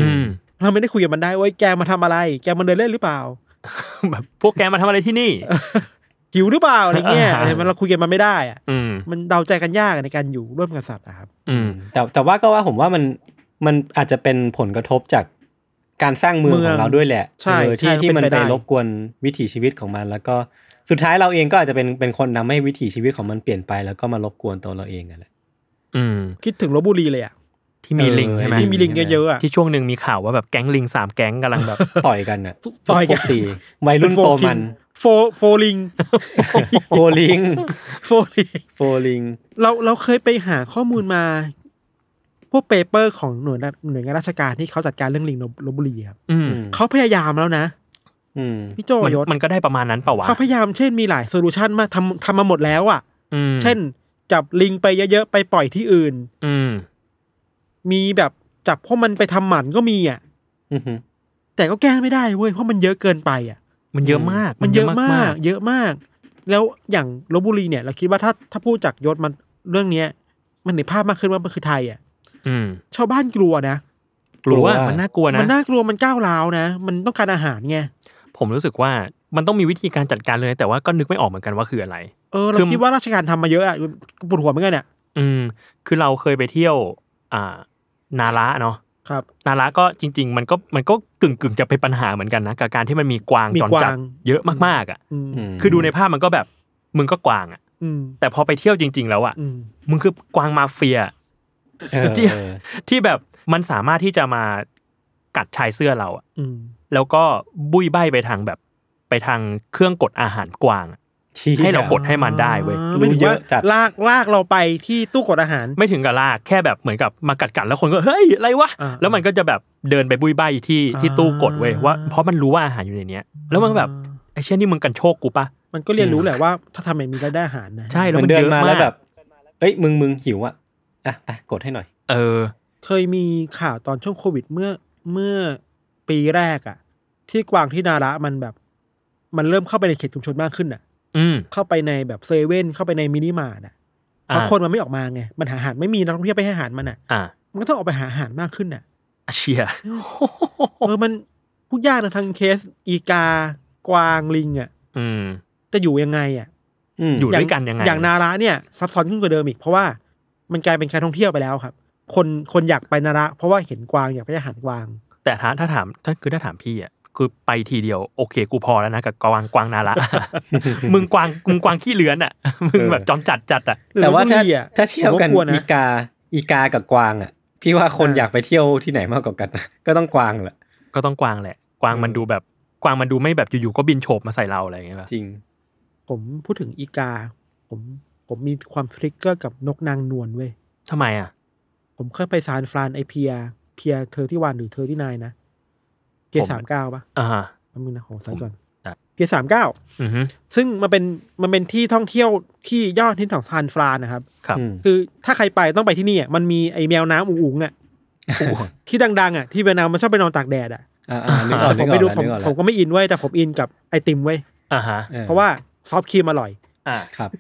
อืม เราไม่ได้คุยกับมันได้ว่าแกมาทำอะไร แกมาเดินเล่นหรือเปล่า แบบพวกแกมาทำอะไรที่นี่ หิวหรือเปล่าอะไรเงี้ย อ่า อะไรมันเราคุยกันมันไม่ได้อ่ะ อืม มันเดาใจกันยากในการอยู่ร่วมกับสัตว์อะครับ อืม แต่แต่ว่าก็ว่าผมว่ามันมันอาจจะเป็นผลกระทบจากการสร้างเมืองขเมือง องเราด้วยแหละ ใช่ เออที่ ใช่ ที่มัน เป็น ไป ไปได้ รบกวนวิถีชีวิตของมัน แล้วก็สุดท้ายเราเองก็อาจจะเป็นเป็นคนทำให้วิถีชีวิตของมันเปลี่ยนไป แล้วก็มารบกวนตัวเราเองกันแหละ อืม คิดถึงลบบุรีเลยอ่ะ ที่มี เออ ลิงใช่ไหม ที่มีลิง ใช่ไหม เยอะๆอ่ะ ที่ช่วงหนึ่งมีข่าวว่าแบบแก๊งลิงสามแก๊งกำลังแบบ ต่อยกันอ่ะ ต่อยกัน ชตีวัยรุ่นโตมัน โฟโฟลิง โฟลิ ง โฟลิง โฟลิง เราเราเคยไปหาข้อมูลมา พวกเปเปอร์ของหน่วยราหน่วยงานราชการที่เขาจัดการเรื่องลิงลบบุรีครับ อืม อืม เขาพยายามแล้วนะ อืม พี่โจ มัน ยศ มันก็ได้ประมาณนั้นเปล่าวะ เขาพยายามเช่นมีหลายโซลูชันมากทำทำมาหมดแล้วอะ่ะ อืม เช่น จับลิงไปเยอะๆ ไปปล่อยที่อื่น อืม มีแบบจับพวกมันไปทำหมันก็มีอะ่ะ อือหือ แต่ก็แก้ไม่ได้เว้ยเพราะมันเยอะเกินไปอะ่ะ มันเยอะมาก มันเยอะมาก เยอะมาก แล้วอย่างลบบุรีเนี่ยเราคิดว่าถ้าถ้าพูดจากยศมันเรื่องเนี้ย มันเห็นภาพมากขึ้นว่ามันคือไทยอะ่ะ อืม ชาวบ้านกลัวนะ กลัว กลัว มันน่ากลัวนะ มันน่ากลัวมันก้าวร้าวนะ มันต้องการอาหารไง ผมรู้สึกว่ามันต้องมีวิธีการจัดการเลย แต่ว่าก็นึกไม่ออกเหมือนกันว่าคืออะไร เออเรา คือ คิดว่าราชการทำมาเยอะอะปวดหัวเหมือนกันเนี่ย อืม คือเราเคยไปเที่ยว อ่า นาระเนาะ ครับ นาระก็จริง ๆ มันก็มันก็กึ่งกึ่งๆจะเป็นปัญหาเหมือนกันนะกับการที่มันมีกวาง มี จร กวาง จัดเยอะมากๆอ่ะ อืม อืม คือดูในภาพมันก็แบบมึงก็กวางอ่ะ อืม แต่พอไปเที่ยวจริง ๆ แล้วอ่ะ อืม มึงคือกวางมาเฟีย เออ ที่ เออ ที่แบบมันสามารถที่จะมากัดชายเสื้อเราอะ อืม แล้วก็บุยใบไปทางแบบไปทางเครื่องกดอาหารกวางอะ ชี้ ให้เรา อะ กด ให้มันได้เว้ย อ่า รู้ ไม่ถึงว่า เยอะจัด ลากลากเราไปที่ตู้กดอาหาร ไม่ถึงกับลากแค่แบบเหมือนกับมากัดกันแล้วคนก็เฮ้ยอะไรวะ อ่า แล้วมันก็จะแบบเดินไปบุยใบที่ที่ อ่า ตู้กดเว้ยว่าเพราะมันรู้ว่าอาหารอยู่ในเนี้ย แล้วมันก็แบบไอ้เช่นนี่มึงกันโชคกูปะ มันก็เรียนรู้แหละว่า ถ้าทำแบบนี้แล้วได้อาหารนะ ใช่แล้ว มัน มัน เดิ เย นมามอะาก แล้วแบบเอ้ยมึงมึงหิวอ่ะอ่ะไปกดให้หน่อย เออ เคยมีข่าวตอนช่วงโควิดเมื่อเมื่อปีแรกอ่ะ ที่กวางที่นาระมันแบบ มันเริ่มเข้าไปในเขตชุมชนมากขึ้นอ่ะ อืม เข้าไปในแบบเซเว่นเข้าไปในมินิมาร์ทอ่ะเพอ่าราะคนมันไม่ออกมาไงมันหาอาหารไม่มีนักท่องเที่ยวไปให้อาหารมันอ่ะ อ่ะ มันก็ต้องออกไปหาอาหารมากขึ้นน่ะ เชีย เออ มันพูดยากนะทางเคส อีกา กวางลิงอ่ะ อืม จะอยู่ยังไงอ่ะ อืม อยู่ด้วยกันยังไง อย่างนาระเนี่ยซับซ้อนขึ้นกว่าเดิมอีก เพราะว่ามันกลายเป็นการท่องเที่ยวไปแล้วครับ คนคนอยากไปนาระ เพราะว่าเห็นกวางอยากไปอาหารกวาง แต่ถ้าถ้าถามถ้าคือถ้าถามพี่อ่ะคือไปทีเดียวโอเคกูพอแล้วนะกับกวางกวางนาระ มึงกวางมึงกวางขี้เลือนอ่ะ มึงแบบจอนจัดจัดอ่ะ หรือ แต่ว่า ลพบุ ถ้า รีอะ ถ้าเที่ยวกัน ผมกลัวนะ อีกาอีกากับกวางอ่ะ พี่ว่าคน อ่า อยากไปเที่ยวที่ไหนมากกว่ากัน ก็ต้องกวางแหละ ก็ต้องกวางแหละ กวางมันดูแบบกวางมันดูไม่แบบอยู่ๆก็บินโฉบมาใส่เราอะไรอย่างเงี้ยป่ะ จริง ผมพูดถึงอีกา ผมผมมีความทริกเกอร์กับนกนางนวลเว้ย ทำไมอ่ะ ผมเคยไปซานฟรานไอเพีย เพียเธอที่วันหรือเธอที่นายนะเพีย ผม สามเก้าปะ อ่าฮะ มันมีนะของสันก่อน ได้ เพียสามเก้า อือฮึ ซึ่งมันเป็นมันเป็นที่ท่องเที่ยวที่ยอดฮิตของซานฟรานนะครับ ครับ อืม คือถ้าใครไปต้องไปที่นี่อ่ะมันมีไอแมวน้ำอุ๋งๆ อ่ะที่ดังๆอ่ะที่เวียดนามมันชอบไปนอนตากแดดอ่ะ อ่าอ่านึกออก ผ นึ ม กออไม่ก ดู แล้ว ผม นึกออก ผ แล้ ม ว ก็ไม่อินเว้ยแต่ผมอินกับไอติมเว้ย อ่าฮะ ออ เพราะว่า ซอฟต์ครีมอร่อย อ่า ครับ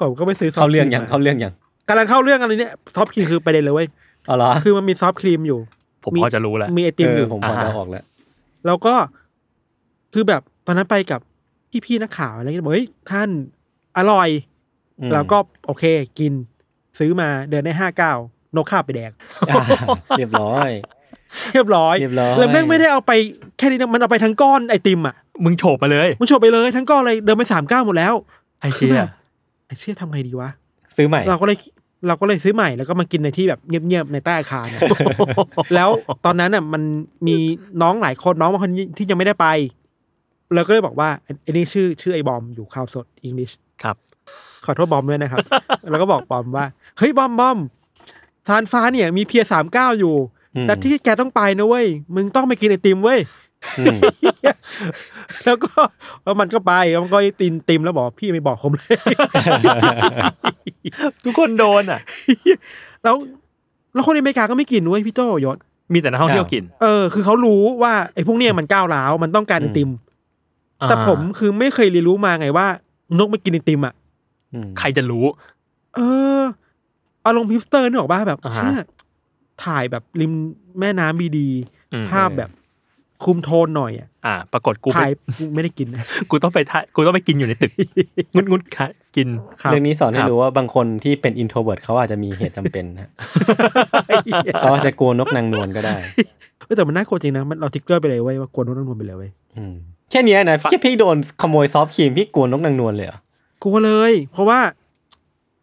ผมก็ไม่ซื้อซอฟต์ เข้าเรื่อง คม ยังเข้าเรื่องยัง กำลังเข้าเรื่องอะไรเนี่ยซอฟต์ครีมคือประเด็นเลยเว้ย เอาเหรอ คือมันมีซอฟต์ครีมอยู่ ผมพอจะรู้แล้ว มีไอติม เออ อยู่ ผมพอจะออกแล้ว แล้วก็คือแบบตอนนั้นไปกับพี่ๆนักข่าวอะไรเงี้ยบอกเฮ้ยท่านอร่อย อืม แล้วก็โอเคกินซื้อมาเดินได้ห้าเก้าวนกข้าบไปแดก อ่า เรียบร้อย เรียบร้อย เรียบร้อย แล้วแม่งไม่ได้เอาไปแค่นี้นะมันเอาไปทั้งก้อนไอติมอ่ะ มึงโฉบมาเลย มันโฉบไปเลยทั้งก้อนเลยเดินไปสามเก้าวหมดแล้ว ไอเชีย ไอเชี่ยทำไงดีวะ ซื้อใหม่ เราก็เลยเราก็เลยซื้อใหม่แล้วก็มากินในที่แบบเงียบๆใน ใต้อาคารอะ แล้วตอนนั้นน่ะมันมีน้องหลายคนน้องบางคนที่ยังไม่ได้ไปเราก็เลยบอกว่าไอ้นี่ชื่อชื่อไอ้บอมอยู่ข่าวสดอังกฤษ ครับ ขอโทษบอมด้วยนะครับ แล้วก็บอกบอมว่าเฮ้ยบอมบอมทานฟ้าเนี่ย มีเพียสามเก้าอยู่ อืม แต่ที่แกต้องไปนะเว้ยมึงต้องไปกินไอติมเว้ย อืม แล้วก็แล้วมันก็ไปแล้วมันก็ไอติมติมแล้วบอกพี่ไม่บอกผมเลย ทุกคนโดนอ่ะ แล้วแล้วคนในอเมริกาก็ไม่กินเว้ยพี่โจยศ มีแต่นักท่องเที่ยวกิน เออคือเขารู้ว่าไอ้พวกเนี้ยมันก้าวร้าวมันต้องการไอติม แต่ผมคือไม่เคยเรียนรู้มาไงว่า นกไม่กินไอติมอ่ะ อืม ใครจะรู้ เอออารมณ์พิฟสเตอร์นี่ออกบ้าแบบ อ่าฮะ เชื่อถ่ายแบบริมแม่น้ำดี อืม ๆภาพแบบคุมโทนหน่อยอ่ะ อ่า ปรากฏกูไป ถ่ายไม่ได้กิน นะ กูต้องไปท่ากูต้องไปกินอยู่ใน ตึก งุดงุดค่ะกิน ครับ เรื่องนี้สอนให้ ครับ รู้ว่าบางคนที่เป็นอินโทรเวิร์เขาอาจจะมีเหตุจำเป็นนะเขาอาจจะกลัวนกนางนวลก็ได้ เออแต่มันน่ากลัวจริงนะมันเราทิกเกอร์ไปเลยเว้ยว่ากลัวนกนางนวลไปเลยเว้ย อืมแค่เนี้ยนะพี่พี่โดนขโมยซอฟต์ครีมพี่กลัวนกนางนวลเลยเหรอก ลัวเลย เพราะว่า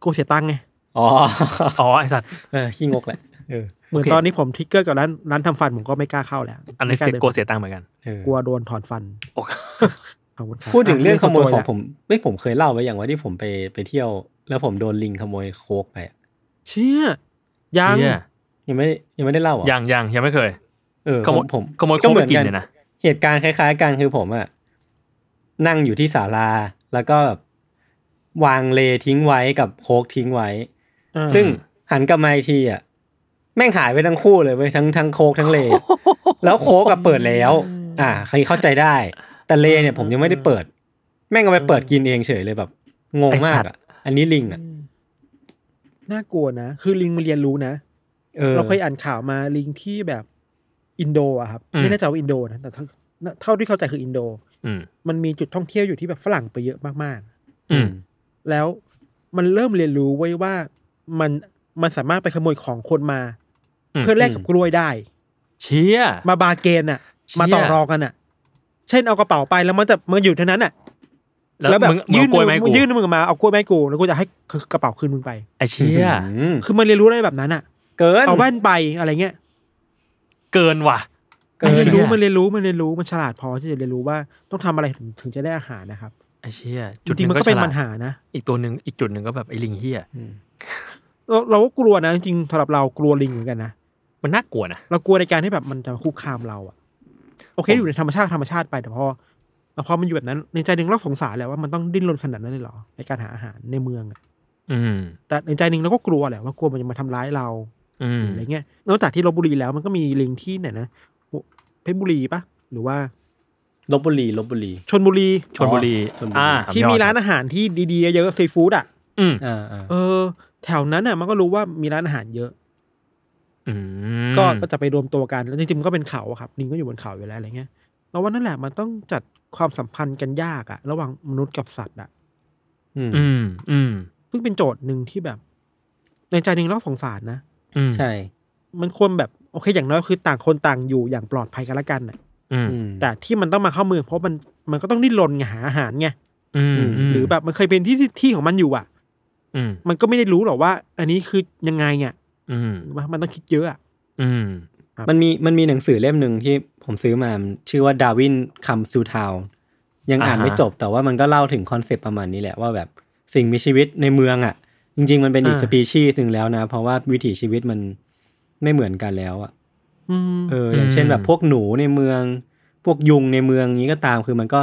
กลัวเสียตังค์ไง อ๋อ อ๋อไอสัตว์ เออขี้งกแหละเออ เหมือน โอเค ตอนนี้ผมทิกเกอร์กับร้านร้านทำฟันผมก็ไม่กล้าเข้าแล้ว อันนี้ ไม่ล้า เสีย เดิน กลัวเสียตังค์เหมือนกัน เออก ลัวโดนถอนฟัน โอ้ ขอบคุณครับ พูดถึงเรื่องขโมย ะ ของ เรื่ ผมไม่ผมเคยเล่าไว้อย่างว่าที่ผมไปไปเที่ยว แล้วผมโดนลิงขโมยโค้กไปอะ เชี่ยยัง เชี่ย ยังไม่ได้ยังไม่ได้เล่าเหรอ่ะ ยังยังยังไม่เคย เออ ขโมย ผม ขโมยโค้ก ห ไปกินเนี่ยนะ เหตุการณ์คล้ายๆกันคือผมอะนั่งอยู่ที่ศาลาแล้วก็แบบวางเลทิ้งไว้กับโค้กทิ้งไว้ อ่า ซึ่งหันกลับมาอีกทีอ่ะแม่งหายไปทั้งคู่เลยเว้ยทั้งทั้งโคกทั้งเล แล้วโคกกับเปิดแล้ว อ่าใครเข้าใจได้ แต่เลเนี่ยผมยังไม่ได้เปิด แม่งเอาไปเปิดกินเองเฉยเลยแบบงงมา ไอ้สั ก ตว์ อ่ะอันนี้ลิงอ่ะ น่ากลัวนะ คือลิงมันเรียนรู้นะ เออ เราเคยอ่านข่าวมาลิงที่แบบอินโดอะครับ อืม ไม่แน่ใจว่าอินโดนะแต่เท่าเท่าที่เข้าใจคืออินโด อืม มันมีจุดท่องเที่ยวอยู่ที่แบบฝรั่งไปเยอะมาก อืม ๆ แล้วมันเริ่มเรียนรู้ไว้ยว่ามันมันสามารถไปขโมยของคนมา อืม เพื่อแลกกับกล้วยได้ เชีย มาบาร์เกนอะ เชี่ย มาต่อรองกันอะเช่นเอากระเป๋าไปแล้วมันจะมันอยู่เท่านั้นอะ แล้ว แบบ มึงมึง ยื่น เอากล้วยไหม มือ กู ยื่นมือมาเอากล้วยไมาให้กูแล้วกูจะให้กระเป๋าคืนมึงไป ไอเชีย อืม คือมันเรียนรู้อะไรแบบนั้นอะ เกิน เอาแว่นไปอะไรเงี้ย เกินว่ะ เกินมันเรียนรู้ เชี่ย มันเรียนรู้มันเรียนรู้มันฉลาดพอที่จะเรียนรู้ว่าต้องทำอะไรถึงถึงจะได้อาหารนะครับ ไอเชีย จ จุดห ริงๆงมันก็เป็น ฉลาด ปัญหานะ อีกตัวหนึ่งอีกจุดหนึ่งก็แบบไอลิงเฮีย เราเราก็กลัวนะจริงๆสำหรับเรากลัวลิงเหมือนกันนะ มันน่ากลัวนะ เรากลัวในการที่แบบมันจะคุกคามเราอะโอเคอยู่ในธรรมชาติธรรมชาติไปแต่พอแต่พอมันอยู่แบบนั้นในใจหนึ่งเราสงสารแหละว่ามันต้องดิ้นรนขนาดนั้นเลยเหรอในการหาอาหารในเมืองอะ อืม แต่ในใจหนึ่งเราก็กลัวแหละว่ากลัวมันจะมาทำร้ายเรา อืม อะไรเงี้ยนอกจากที่ลบบุรีแล้วมันก็มีลิงที่ไหนนะเพชรบุรีปะหรือว่า ลบบุรีลบบุรี ชนบุรี ชนบุรี ชลบุรี อ่า ที่มีร้านอาหารที่ดีๆ เยอะๆซีฟู้ดอ่ะ อืม อ่าอ่า เออ แถวนั้นอ่ะมันก็รู้ว่ามีร้านอาหารเยอะ อืม ก็ก็จะไปรวมตัวกันแล้วจริงๆมันก็เป็นเขาอะครับลิงก็อยู่บนเขาอยู่แล้วอะไรเงี้ยแล้ววันนั้นแหละมันต้องจัดความสัมพันธ์กันยากอ่ะ ระหว่างมนุษย์กับสัตว์อ่ะ อืม อืม อืม ซึ่งเป็นโจทย์หนึ่งที่แบบ ในใจหนึ่งเราสงสารนะ อืม ใช่ มันควรแบบโอเคอย่างน้อยคือต่างคนต่างอยู่อย่างปลอดภัยกันละกันน่ะ อืม อืม แต่ที่มันต้องมาเข้าเมืองเพราะมันมันก็ต้องดิ้นรนไงหาอาหารไง อืมม หรือแบบมันเคยเป็นที่ที่ที่ของมันอยู่อ่ะ อืม มันก็ไม่ได้รู้หรอกว่า อันนี้คือยังไงอ่ะ อืม ว่ามันต้องคิดเยอะอ่ะ อืม มันมีมันมีหนังสือเล่มหนึ่งที่ผมซื้อมามันชื่อว่าดาวินคัมซูทาวยังอ่าน อ่าฮะ ไม่จบแต่ว่ามันก็เล่าถึงคอนเซปต์ประมาณนี้แหละว่าแบบสิ่งมีชีวิตในเมืองอ่ะ จริง ๆ มันเป็นอีก อ่า สปีชีส์หนึ่งแล้วนะ เพราะว่าวิถีชีวิตมันไม่เหมือนกันแล้วอ่ะ อืม เอออย่างเช่นแบบพวกหนูในเมือง พวกยุงในเมืองนี้ก็ตามคือมันก็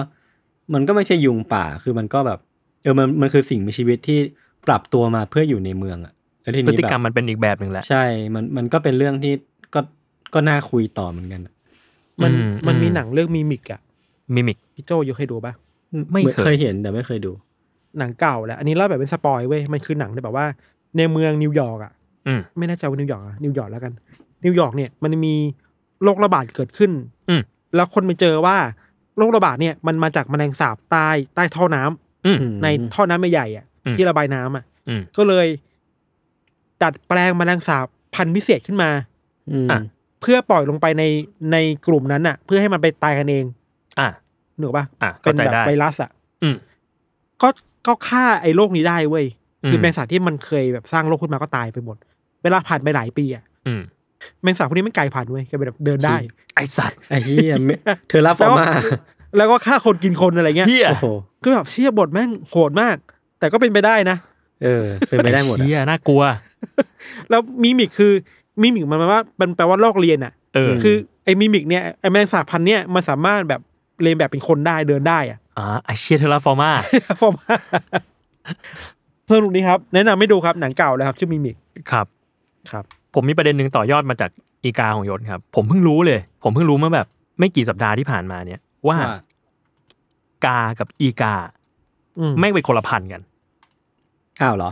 มันก็ไม่ใช่ยุงป่าคือมันก็แบบเออมันมันคือสิ่งมีชีวิตที่ปรับตัวมาเพื่ออยู่ในเมืองอ่ะแล้วที พฤ นี้ ติ แบ กรรม บ มันเป็นอีกแบบหนึ่งแหละ ใช่มันมันก็เป็นเรื่องที่ก็ก็น่าคุยต่อเหมือนกันอะ มัน อืม มันมี อืม หนังเรื่องมีมิกอะ มิมิก พี่โจยกให้ดูปะ ไม่ หอน เคย เคยเห็นแต่ไม่เคยดู หนังเก่าแล้ว อันนี้เล่าแบบเป็นสปอยเว้ยมันคือหนังที่แบบว่า ในเมืองนิวยอร์กอ่ะ อืม ไม่แน่ใจว่านิวยอร์กอะนิวยอร์กแล้วกัน นิวยอร์กเนี่ยมันมีโรคระบาดเกิดขึ้น อืม แล้วคนไปเจอว่าโรคระบาดเนี่ยมันมาจากแมลงสาบใต้ใต้ท่อน้ำ อืม ในท่อน้ำใหญ่ๆอ่ะ อืม ที่ระบายน้ำอ่ะ อืม ก็เลยดัดแปลงแมลงสาบพันธุ์พิเศษขึ้นมา อืม อ่ะ เพื่อปล่อยลงไปในในกลุ่มนั้นอ่ะ เพื่อให้มันไปตายกันเอง อ่ะ หนูป่ะ อ่ะ เป็ เข้าน ใจ แบบ ได้ ไวรัสอ่ะ อืม ก็ก็ฆ่าไอ้โรคนี้ได้เว้ยคืออ ม แมลงสาบที่มันเคยแบบสร้างโรคขึ้นมาก็ตายไปหมด เวลาผ่านไปหลายปีอ่ะ อืม แมงสาบพวกนี้ไม่ไกลผ่านเว้ยแกเป็นแบบเดินได้ ไอสัตว์ ไอ้เหี้ย เมเธอรับฟอ แล้ว ร์ ก็ มา แล้วก็ฆ่าคนกินคนอะไรเงี้ย เฮีย โอ้โห ก็แบบเชี่ยบทแม่งโหดมาก แต่ก็เป็นไปได้นะ เออ เป็นไปได้หมด เฮี อะ ยน่ากลัว แล้วมิมิกคือมิมิกมันแปลว่ามันแปลว่าลอกเรียนอ่ะ เออ คือไอ้มิมิกเนี่ยไอ้แมงสาบพันธุ์เนี่ยมันสามารถแบบเรียนแบบเป็นคนได้เดินได้อ่ะ อ่าไอเชียเทอร์ฟอร์มา ฟอร์มสนุกดีครับ แนะนำไม่ดูครับหนังเก่าแล้วครับชื่อมิมิก ครับ ครับ ผมมีประเด็นหนึ่งต่อยอดมาจากอีกาของยศครับ ผมเพิ่งรู้เลย ผมเพิ่งรู้เมื่อแบบ ไม่กี่สัปดาห์ที่ผ่านมาเนี่ย ว่า ว่าก ากับอีกา อืม แม่งเป็นคนละพันธุ์กัน อ้าวเหรอ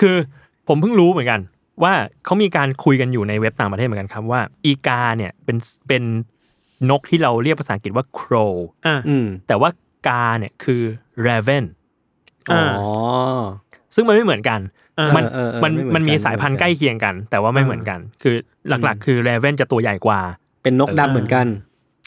คือผมเพิ่งรู้เหมือนกัน ว่าเขามีการคุยกันอยู่ในเว็บต่างประเทศเหมือนกันครับว่าอีกาเนี่ยเป็นเป็นนกที่เราเรียกภาษาอังกฤษว่า crow อ่ะ อืม แต่ว่ากาเนี่ยคือ raven อ๋ อ่า อ ซึ่งมันไม่เหมือนกัน อ่ามั มัน เออเออ มัน ไม่เหมือนกัน มันมีสายพันธุ์ ไม่เหมือนกัน ใกล้เคียงกัน แต่ว่าไม่เหมือนกัน คือหลักๆ คือ raven จะตัวใหญ่กว่า เป็นนกดำเหมือนกัน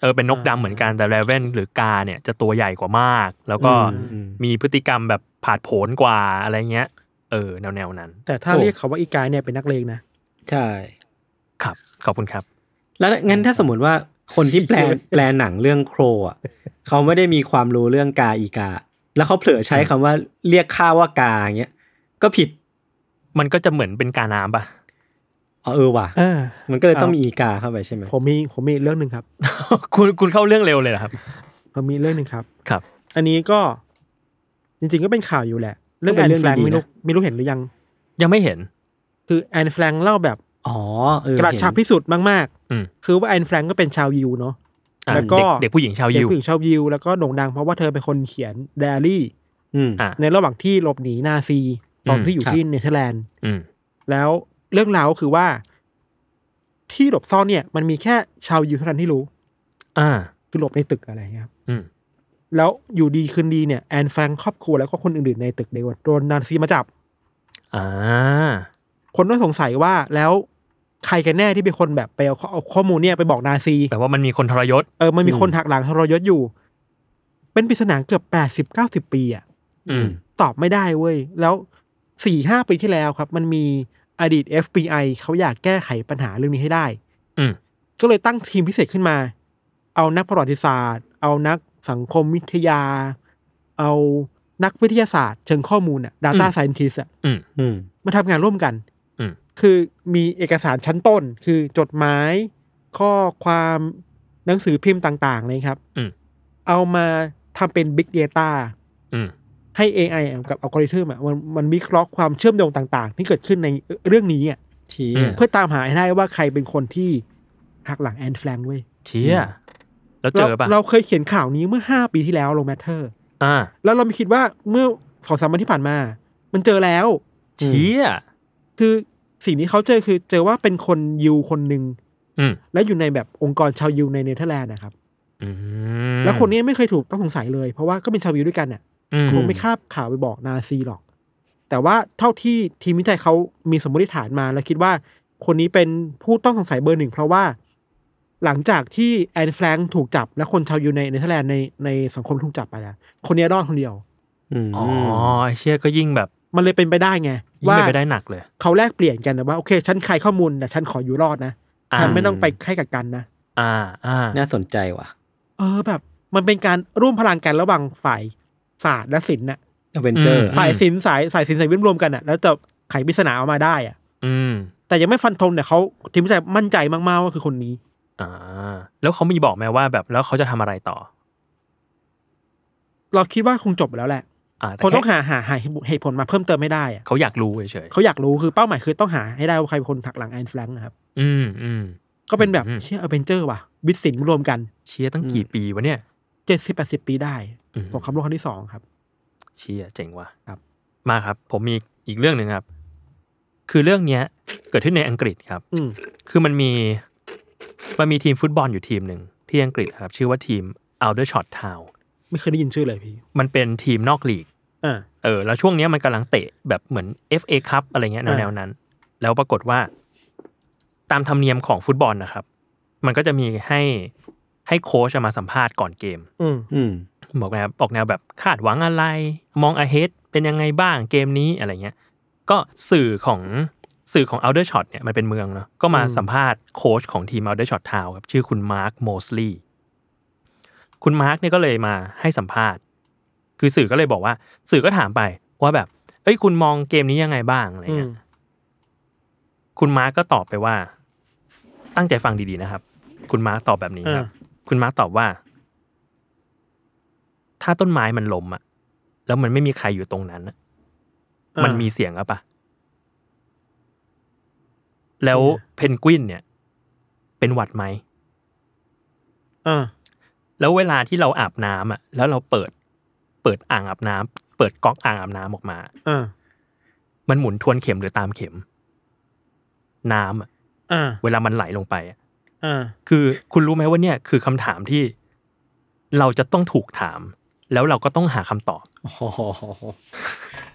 เออเป็นนกดำเหมือนกันแต่แรเวนหรือกาเนี่ยจะตัวใหญ่กว่ามาก แล้วก็ อืมอืม มีพฤติกรรมแบบผาดโผนกว่าอะไรเงี้ย เออแนวแนวๆนั้น แต่ถ้า โอ้ เรียกเขาว่าอีกายเนี่ยเป็นนักเลงนะ ใช่ ครับ ขอบคุณครับ แล้วงั้นถ้าสมมติว่าคนที่แปลแปลหนัง เรื่องโครอ่ะ เขาไม่ได้มีความรู้เรื่องกาอีกา แล้วเขาเผลอใช้คำว่าเรียกข้าว่ากาอย่างเงี้ยก็ผิด มันก็จะเหมือนเป็นกาน้ำปะ อ๋อเออว่ะ อ่า มันก็เลยต้อง เอามี มีอีกาเข้าไปใช่ไหม ผมมีผมมีอีกเรื่องหนึ่งครับ คุณคุณเข้าเรื่องเร็วเลยเหรอครับ ผมมีเรื่องหนึ่งครับ ครับ อันนี้ก็จริงๆก็เป็นข่าวอยู่แหละ เรื่องแอนแฟรงค์ไม่รู้ไม่รู้เห็นหรือยัง ยังไม่เห็น คือแอนแฟรงค์เล่าแบบ อ๋อเออก ระชับ เห็น ที่สุดมาก อืม คือว่าแอนแฟรงค์ก็เป็นชาวยิวเนาะ อ่ะ แล้วก็ เด็กเด็กผู้หญิงชาว เป็น ยิว ผู้หญิงชาวยิวแล้วก็โด่งดังเพราะว่าเธอเป็นคนเขียนไดอารี่ อืม อ่ะ ในระหว่างที่หลบหนีนาซี ตอนที่อยู่ ครับ ที่เนเธอร์แลนด์ อืม แล้วเรื่องราวก็คือว่า ที่หลบซ่อนเนี่ย มันมีแค่ชาวยิวเท่านั้นที่รู้ อ่า คือหลบในตึกอะไรอย่างเงี้ยครับ อืม แล้วอยู่ดีคืนดีเนี่ยแอนแฟรงค์ครอบครัวแล้วก็คนอื่นๆในตึกเดียวกันโดนนาซีมาจับ อ่า คนก็สงสัยว่าแล้วใครกันแน่ที่เป็นคนแบบไปเอาข้อเอาข้อมูลเนี่ยไปบอกนาซี แปลว่ามันมีคนทรยศ เออมันมี อืม คนหักหลังทรยศอยู่ เป็นปริศนาเกือบแปดสิบเก้าสิบปีอ่ะ อืม ตอบไม่ได้เว้ย แล้วสี่ห้าปีที่แล้วครับ มันมีอดีต FBI เขาอยากแก้ไขปัญหาเรื่องนี้ให้ได้ อืม ก็เลยตั้งทีมพิเศษขึ้นมา เอานักประวัติศาสตร์ เอานักสังคมวิทยา เอานักวิทยาศาสตร์เชิงข้อมูลอ่ะ Data อืม Scientist อ่ะ อืม มาทำงานร่วมกัน อืม คือมีเอกสารชั้นต้น คือจดหมาย ข้อความหนังสือพิมพ์ต่างๆเลยครับ อืม เอามาทำเป็น Big Data อืม ให้ AI อะกับอัลกอริทึมอะมันมันวิเคราะห์ความเชื่อมโยงต่างๆ ที่เกิดขึ้นในเรื่องนี้อะ ชี้ อืม เพื่อตามหาให้ได้ว่าใครเป็นคนที่หักหลังแอนแฟรงค์เว้ย เชียแล้วเจอปะ ราเราเคยเขียนข่าวนี้เมื่อ 5 ปีที่แล้วลงแมทเทอร์ อ่า แล้วเราไม่คิดว่าเมื่อสองสามวันที่ผ่านมา มันเจอแล้ว เชีย คือสิ่งที่เขาเจอคือเจอว่าเป็นคนยิวคนหนึ่ง อืม และอยู่ในแบบองค์กรชาวยิวในเนเธอร์แลนด์นะครับ อืม แล้วคนนี้ไม่เคยถูกต้องสงสัยเลย เพราะว่าก็เป็นชาวยิวด้วยกันน่ะ อืม คงไม่คาบข่าวไปบอกนาซีหรอก แต่ว่าเท่าที่ทีมวิจัยเขามีสมมติฐานมา แล้วคิดว่าคนนี้เป็นผู้ต้องสงสัยเบอร์หนึ่งเพราะว่า หลังจากที่แอนแฟรงค์ถูกจับ และคนชาวยิวในเนเธอร์แลนด์ในในสังคมถูกจับไปอะคนนี้รอดคนเดียว อืม อ๋อไอเชียก็ยิ่งแบบ มันเลยเป็นไปได้ไง ยิ่ง ว่า เป็นไปได้หนักเลย เขาแลกเปลี่ยนกันนะว่าโอเคฉันใครข้อมูลแต่ฉันขออยู่รอดนะฉันไม่ต้องไปให้กับกันนะ อ่า อ่า น่าสนใจว่ะ เออแบบมันเป็นการร่วมพลังกันระหว่างฝ่ายศาสตร์และศิลป์น่ะ เวนเจอร์ ม สายศิลป์สายสายศิลป์สายวิทย์รวมกันน่ะแล้วจะไขปริศนาออกมาได้อ่ะ อืม แต่ยังไม่ฟันธงแต่เขาทีมวิจัยมั่นใจมากๆว่าคือคนนี้ อ่า แล้วเขามีบอกไหมว่าแบบแล้วเขาจะทำอะไรต่อ เราคิดว่าคงจบแล้วแหละ อ่า ค แต่ นต้อง แค่ หาหาหาเหตุผลมาเพิ่มเติมไม่ได้อ่ะ เขาอยากรู้เฉย เขาอยากรู้คือเป้าหมายคือต้องหาให้ได้ว่าใครเป็นคนหักหลังแอนแฟรงค์นะครับ ๆอืมอืม ก็เป็นแบบ อืม เชี่ยอเวนเจอร์ว่ะวิทย์ศิลป์รวมกัน เชียร์ตั้งกี่ปีวะเนี่ย เจ็ดสิบแปดสิบปีได้ อืม สงครามโลกครั้งที่สองครับ เชี่ยเจ๋งว่ะ ครับ มาครับ ผมมีอีกเรื่องหนึ่งครับ คือเรื่องเนี้ยเกิดขึ้นในอังกฤษครับ อืม คือมันมีมันมีทีมฟุตบอลอยู่ทีมหนึ่งที่อังกฤษครับ ชื่อว่าทีม Aldershot Town ไม่เคยได้ยินชื่อเลยพี่ มันเป็นทีมนอกลีก อ่า เออแล้วช่วงเนี้ยมันกำลังเตะแบบเหมือน FA ครับอะไรเงี้ย อ่า แนวๆนั้น แล้วปรากฏว่า ตามธรรมเนียมของฟุตบอลนะครับ มันก็จะมีให้ให้โค้ชมาสัมภาษณ์ก่อนเกม อืม อืม บอกแนวออกแนวแบบคาดหวังอะไร มอง ahead เป็นยังไงบ้างเกมนี้อะไรเงี้ย ก็สื่อของสื่อของ Outer Shot เนี่ยมันเป็นเมืองเนาะก็มา อืม สัมภาษณ์โค้ชของทีม Outer Shot Town ครับ ชื่อคุณมาร์คโมสลีย์คุณมาร์คเนี่ยก็เลยมาให้สัมภาษณ์ คือสื่อก็เลยบอกว่า สื่อก็ถามไปว่าแบบ เอ้ยคุณมองเกมนี้ยังไงบ้างอะไร อื เงี้ ม ย คุณมาร์กก็ตอบไปว่า ตั้งใจฟังดีๆนะครับ คุณมาร์กตอบแบบนี้ครับ คุณมาร์กตอบว่า ถ้าต้นไม้มันล้มอะแล้วมันไม่มีใครอยู่ตรงนั้นอะ อ่า มันมีเสียงอะปะแล้ว เนี่ย เพนกวินเนี่ย เป็นหวัดไหม อ่า แล้วเวลาที่เราอาบน้ำอะแล้วเราเปิด เปิดอ่างอาบน้ำเปิดก๊อกอ่างอาบน้ำออกมา อ่า มันหมุนทวนเข็มหรือตามเข็ม น้ำอะ อ่า เวลามันไหลลงไปอะ อ่า คือคุณรู้ไหมว่าเนี่ยคือคำถามที่เราจะต้องถูกถาม แล้วเราก็ต้องหาคำตอบ โอ้โห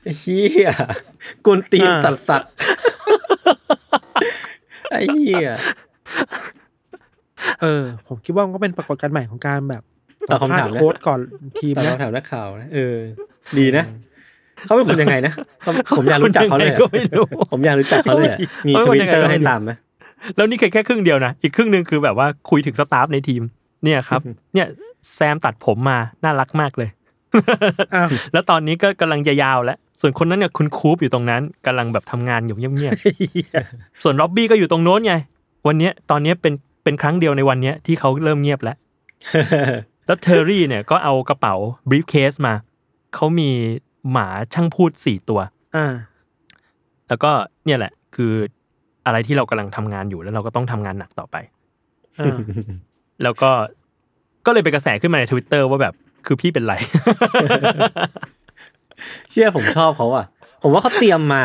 ไอ้เหี้ยกวนตีน อ่า สัตว์สัตว์ไอ้เหี้ย เออ ผมคิดว่ามันก็เป็นปรากฏการณ์ใหม่ของการแบบ ตอบคำถาม สัภษ นะ ณ์โค้ชก่อนทีม ตอบ นะ คำถามนักข่าวนะเออ ดีนะเขาเป็นคนยังไงนะเขา ผมอยากรู้จักเขาเลยอะ เขาเป็นยังไง ก็ไม่รู้ ผมอยากรู้จักเขาเลยอะมี เขา ท เป็น วิ ยั ต งไง เตอร์ก็ไม่รู้ ให้ตามไหม แล้วนี่แค่แค่ครึ่งเดียวนะอีกครึ่งหนึ่งคือแบบว่าคุยถึงสตาฟในทีม เนี่ย ครับ เนี่ยแซมตัดผมมาน่ารักมากเลย อ้าว แล้วตอนนี้ก็กำลังจะยาวแล้ว ส่วนคนนั้นเนี่ยคุณคูปอยู่ตรงนั้นกำลังแบบทำงานอยู่เงียบ ๆส่วนล็อบบี้ก็อยู่ตรงโน้นไงวันเนี้ยตอนเนี้ยเป็นเป็นครั้งเดียวในวันเนี้ยที่เขาเริ่มเงียบแล้ว แล้วเทอร์รี่เนี่ยก็เอากระเป๋าบรีฟเคสมา เขามีหมาช่างพูดสี่ตัว อ่า แล้วก็เนี่ยแหละคืออะไรที่เรากำลังทำงานอยู่แล้วเราก็ต้องทำงานหนักต่อไป อ่า แล้วก็ก็เลยเป็นกระแสขึ้นมาในทวิตเตอร์ว่าแบบคือพี่เป็นไร เชื่อผมชอบเขาอ่ะ ผมว่าเขาเตรียมมา